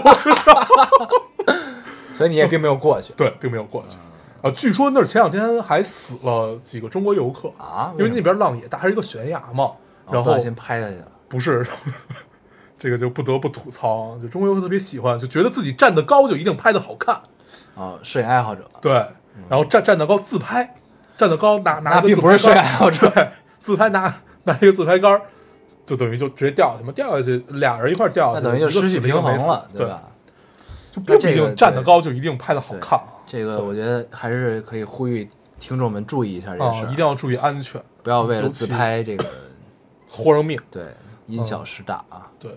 Speaker 3: 所以你也并没有过去
Speaker 4: 对，并没有过去。
Speaker 3: 嗯
Speaker 4: 啊，据说那儿前两天还死了几个中国游客，
Speaker 3: 啊，
Speaker 4: 因为
Speaker 3: 什
Speaker 4: 那
Speaker 3: 么
Speaker 4: 边浪也大，还是一个悬崖嘛。
Speaker 3: 啊
Speaker 4: 然
Speaker 3: 不
Speaker 4: 后
Speaker 3: 小心拍下去了，
Speaker 4: 不是， 这个就不得不吐槽啊，就中国游客特别喜欢，就觉得自己站得高就一定拍得好看，
Speaker 3: 啊，摄影爱好者，
Speaker 4: 对，然后站站得高自拍，站得高拿拿
Speaker 3: 那
Speaker 4: 一个
Speaker 3: 并
Speaker 4: 自
Speaker 3: 不是摄啊影
Speaker 4: 拍杆
Speaker 3: 爱
Speaker 4: 儿，
Speaker 3: 好者，
Speaker 4: 对，自拍拿拿一个自拍杆儿，就等于就直接掉下去嘛，掉下去俩人一块儿掉下
Speaker 3: 那等于
Speaker 4: 去，
Speaker 3: 就
Speaker 4: 一
Speaker 3: 失
Speaker 4: 个死
Speaker 3: 去
Speaker 4: 一
Speaker 3: 平
Speaker 4: 个没
Speaker 3: 衡
Speaker 4: 死
Speaker 3: 了，
Speaker 4: 对？
Speaker 3: 吧？
Speaker 4: 就并不
Speaker 3: 那
Speaker 4: 一
Speaker 3: 这个
Speaker 4: 定站得高就一定拍得好
Speaker 3: 对
Speaker 4: 看啊
Speaker 3: 这个我觉得还是可以呼吁听众们注意一下这
Speaker 4: 啊
Speaker 3: 个，事儿，
Speaker 4: 一定要注意安全，
Speaker 3: 不要为了
Speaker 4: 尤其
Speaker 3: 自拍这 个
Speaker 4: 豁上命。
Speaker 3: 对
Speaker 4: 嗯
Speaker 3: 因小失大啊。
Speaker 4: 对，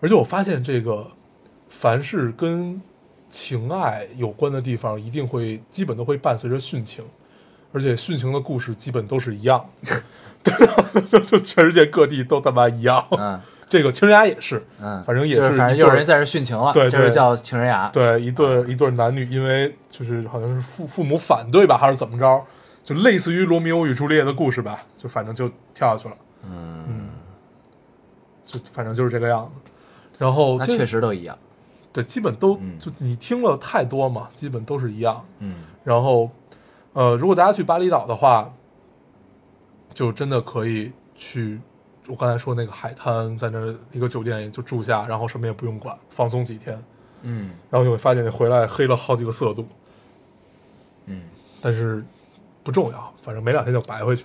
Speaker 4: 而且我发现这个，凡是跟情爱有关的地方，一定会基本都会伴随着殉情，而且殉情的故事基本都是一样的， 就就全世界各地都他妈一样。
Speaker 3: 嗯
Speaker 4: 这个情人崖也是，
Speaker 3: 嗯，
Speaker 4: 反正也
Speaker 3: 就是反正
Speaker 4: 一
Speaker 3: 又有
Speaker 4: 对
Speaker 3: 人在这殉情了，
Speaker 4: 对
Speaker 3: 这是
Speaker 4: 对
Speaker 3: 叫情人崖。
Speaker 4: 对一对一对男女，因为就是好像是父父母反对吧，还是怎么着，就类似于罗密欧与朱丽叶的故事吧，就反正就跳下去了，
Speaker 3: 嗯，
Speaker 4: 就反正就是这个样子。然后
Speaker 3: 那
Speaker 4: 这
Speaker 3: 确实都一样。
Speaker 4: 对，基本都
Speaker 3: 嗯
Speaker 4: 就你听了太多嘛，基本都是一样。
Speaker 3: 嗯，
Speaker 4: 然后，呃，如果大家去巴厘岛的话，就真的可以去我刚才说那个海滩，在那儿一个酒店就住下，然后什么也不用管，放松几天，
Speaker 3: 嗯
Speaker 4: 然后你会发现你回来黑了好几个色度，
Speaker 3: 嗯，
Speaker 4: 但是不重要，反正没两天就白回去。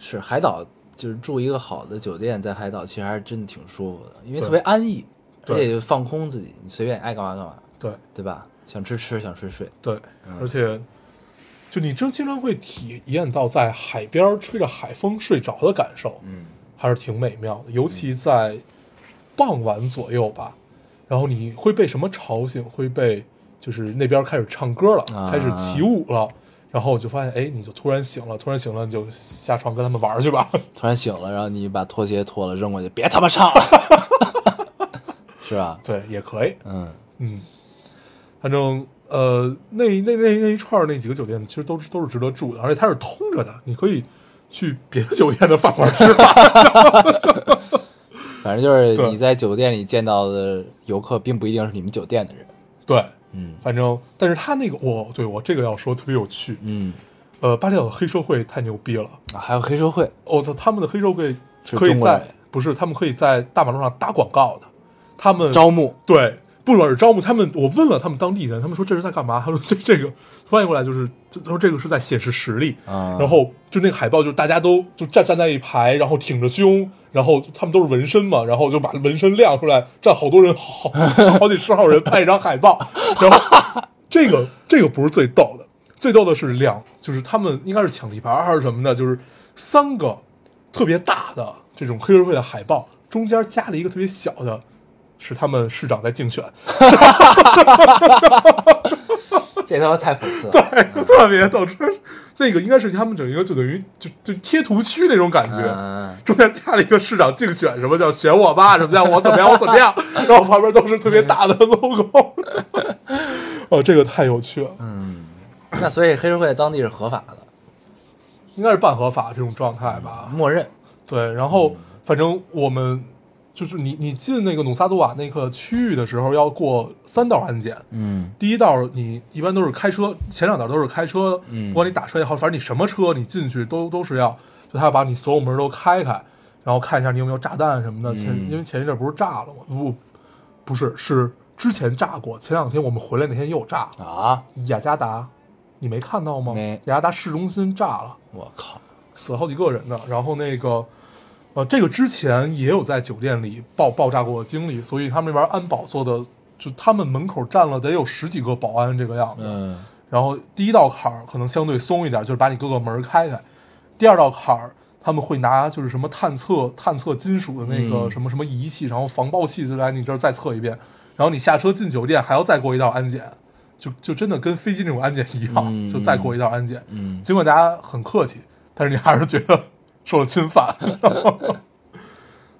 Speaker 3: 是海岛，就是住一个好的酒店，在海岛其实还是真的挺舒服的，因为
Speaker 4: 对
Speaker 3: 特别安逸，而
Speaker 4: 对嗯
Speaker 3: 且就放空自己，你随便爱干嘛干嘛，
Speaker 4: 对
Speaker 3: 对吧？想吃吃，想睡睡。
Speaker 4: 对，而且就你真经常会体验到在海边儿吹着海风睡着的感受。
Speaker 3: 嗯
Speaker 4: 还是挺美妙的，尤其在傍晚左右吧。然后你会被什么吵醒？会被就是那边开始唱歌了，
Speaker 3: 啊
Speaker 4: 开始起舞了。然后我就发现，哎，你就突然醒了，突然醒了，你就下床跟他们玩儿去吧。
Speaker 3: 突然醒了，然后你把拖鞋脱了扔过去，别他妈唱了， 是吧？
Speaker 4: 对，也可以，
Speaker 3: 嗯
Speaker 4: 嗯，反正呃，那那那那一串儿那几个酒店其实都是都是值得住的，而且它是通着的，你可以去别的酒店的饭馆吃饭。
Speaker 3: 反正就是
Speaker 4: 对
Speaker 3: 你在酒店里见到的游客，并不一定是你们酒店的人。
Speaker 4: 对，
Speaker 3: 嗯
Speaker 4: 反正但是他那个我对我这个要说特别有趣，
Speaker 3: 嗯
Speaker 4: 呃，巴厘岛的黑社会太牛逼了，
Speaker 3: 啊还有黑社会，
Speaker 4: 我、操，他们的黑社会
Speaker 5: 是
Speaker 4: 可以
Speaker 5: 中国人
Speaker 4: 在不是他们可以在大马路上打广告的，他们
Speaker 3: 招募
Speaker 4: 对，不管是招募他们，我问了他们当地人，他们说这是在干嘛？他 说这这个翻译过来就是，他说这个是在显示实力。
Speaker 3: 啊，
Speaker 4: 然后就那个海报，就是大家都就站站在一排，然后挺着胸，然后他们都是纹身嘛，然后就把纹身亮出来，站好多人，好好几十号人拍一张海报。 然后这个这个不是最逗的，最逗的是两，就是他们应该是抢地盘还是什么的，就是三个特别大的这种黑社会的海报，中间加了一个特别小的，是他们市长在竞选，
Speaker 3: 这他妈太讽刺了，
Speaker 4: 特别逗，真是那个应该是他们整一个就等于就就贴图区那种感觉。
Speaker 3: 嗯，
Speaker 4: 中间加了一个市长竞选，什么叫选我吧，什么叫我怎么样，我怎么样，然后旁边都是特别大的 logo。哦，这个太有趣了，
Speaker 3: 那所以黑社会在当地是合法的，
Speaker 4: 应该是半合法这种状态吧？
Speaker 3: 默认
Speaker 4: 对，然
Speaker 3: 嗯
Speaker 4: 后反正我们就是你你进那个努萨杜瓦那个区域的时候，要过三道安检。
Speaker 3: 嗯
Speaker 4: 第一道你一般都是开车，前两道都是开车，
Speaker 3: 嗯
Speaker 4: 不管你打车也好，反正你什么车你进去都都是要，就他要把你所有门都开开，然后看一下你有没有炸弹什么的。前、
Speaker 3: 嗯
Speaker 4: 因为前一阵不是炸了吗？不，不是，是之前炸过，前两天我们回来那天又炸了。
Speaker 3: 啊，
Speaker 4: 雅加达，你没看到吗？
Speaker 3: 没
Speaker 4: 雅加达市中心炸了，
Speaker 3: 我靠，
Speaker 4: 死了好几个人呢。然后那个，呃，这个之前也有在酒店里爆爆炸过的经历，所以他们那边安保做的，就他们门口站了得有十几个保安这个样子。
Speaker 3: 嗯
Speaker 4: 然后第一道坎儿可能相对松一点，就是把你各个门儿开开。第二道坎儿，他们会拿就是什么探测探测金属的那个
Speaker 3: 嗯
Speaker 4: 什么什么仪器，然后防爆器就来你这儿再测一遍。然后你下车进酒店还要再过一道安检，就就真的跟飞机那种安检一样，
Speaker 3: 嗯
Speaker 4: 就再过一道安检。
Speaker 3: 嗯，
Speaker 4: 尽管大家很客气，但是你还是觉得受了 侵犯。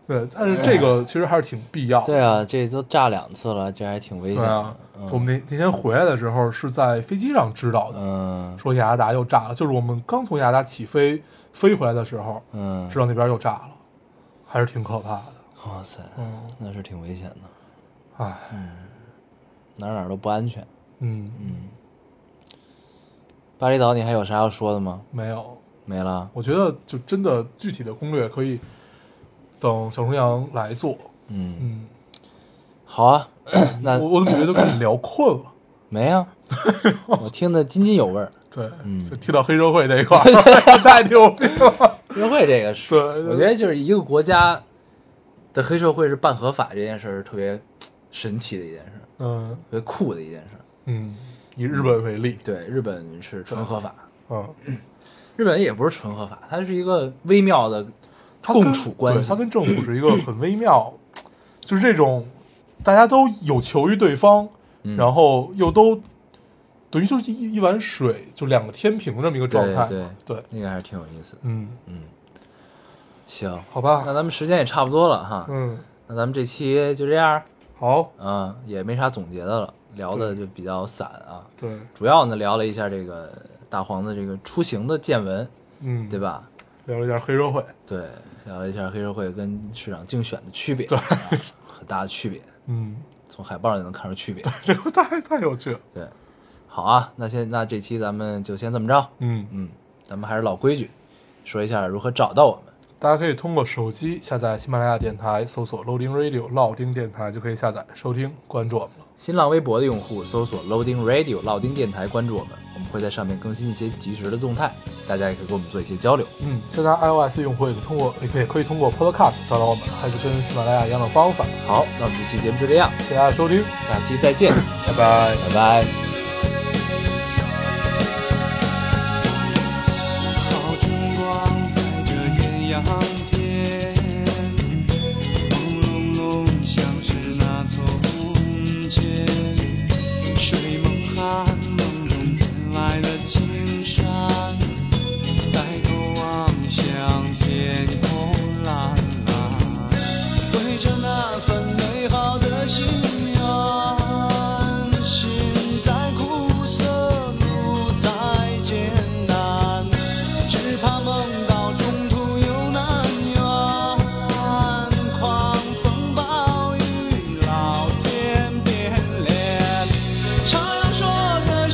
Speaker 4: 对，但是这个其实还是挺必要的。
Speaker 3: 对啊，这都炸两次了，这还挺危险
Speaker 4: 对啊
Speaker 3: 的，，
Speaker 4: 我
Speaker 3: 嗯
Speaker 4: 们那那天回来的时候是在飞机上知道的，
Speaker 3: 嗯
Speaker 4: 说雅加达又炸了，就是我们刚从雅加达起飞飞回来的时候，
Speaker 3: 嗯
Speaker 4: 知，道那边又炸了，还是挺可怕的。
Speaker 3: 哇塞，
Speaker 4: 嗯，
Speaker 3: 那是挺危险的，
Speaker 4: 唉，
Speaker 3: 哪儿哪儿都不安全，
Speaker 4: 嗯，
Speaker 3: 嗯。巴厘岛，你还有啥要说的吗？
Speaker 4: 没有，
Speaker 3: 没了，
Speaker 4: 我觉得就真的具体的攻略可以等小重阳来做。
Speaker 3: 嗯，
Speaker 4: 嗯，
Speaker 3: 好啊， 那
Speaker 4: 我我怎么觉得跟你聊困了？
Speaker 3: 没 啊，我听得津津有味儿。
Speaker 4: 对，
Speaker 3: 嗯
Speaker 4: 就提到黑社会这一块儿， 太牛逼了。
Speaker 3: 社会这个是，
Speaker 4: 对
Speaker 3: 我觉得就是一个国家的黑社会是半合法这件事儿是特别神奇的一件事，
Speaker 4: 嗯
Speaker 3: 特别酷的一件事。
Speaker 4: 嗯，以日本为例，
Speaker 3: 对，日本是纯合法，
Speaker 4: 嗯，
Speaker 3: 日本也不是纯合法，它是一个微妙的
Speaker 4: 它跟
Speaker 3: 共处关
Speaker 4: 对
Speaker 3: 系
Speaker 4: 它。跟政府是一个很微妙，就是这种大家都有求于对方，
Speaker 3: 嗯
Speaker 4: 然后又都等于就是一一碗水，就两个天平这么一个状态嘛。
Speaker 3: 对
Speaker 4: 对，
Speaker 3: 那个还是挺有意思的。
Speaker 4: 嗯，
Speaker 3: 行，
Speaker 4: 好吧
Speaker 3: 那咱们时间也差不多了哈，
Speaker 4: 嗯，
Speaker 3: 那咱们这期就这样，
Speaker 4: 好，
Speaker 3: 啊，也没啥总结的了，聊的就比较散啊。
Speaker 4: 对，
Speaker 3: 主要呢聊了一下这个大黄的这个出行的见闻，
Speaker 4: 嗯，
Speaker 3: 对？吧？
Speaker 4: 聊了一下黑社会，
Speaker 3: 对，聊了一下黑社会跟市长竞选的区别，对、很大的区别，
Speaker 4: 嗯，
Speaker 3: 从海报上就能看出区别。
Speaker 4: 这个太太有趣了，
Speaker 3: 对，好啊，那现那这期咱们就先这么着，
Speaker 4: 嗯，
Speaker 3: 嗯，咱们还是老规矩，说一下如何找到我们。
Speaker 4: 大家可以通过手机下载喜马拉雅电台，搜索 Loading Radio 老丁电台就可以下载收听，关注我们了。
Speaker 3: 新浪微博的用户搜索 Loading Radio 老丁电台，关注我们，我们会在上面更新一些及时的动态，大家也可以跟我们做一些交流。
Speaker 4: 嗯，现在 iOS 用户也可以通过也可以可以通过 Podcast 找到我们，还是跟喜马拉雅一样的方法。
Speaker 3: 好，那我们这期节目就这样，
Speaker 4: 谢谢大家收听，
Speaker 3: 下期再见，
Speaker 4: 拜拜。
Speaker 3: 拜拜。
Speaker 6: 好春光在这艳阳天，朦胧胧像是那从前，睡梦酣梦中天外的青山，抬头望向天空蓝蓝，对着那份美好的心愿，心再苦涩路再艰难。只怕梦到中途有难圆，狂风暴雨老天变脸。常说的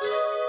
Speaker 2: Thank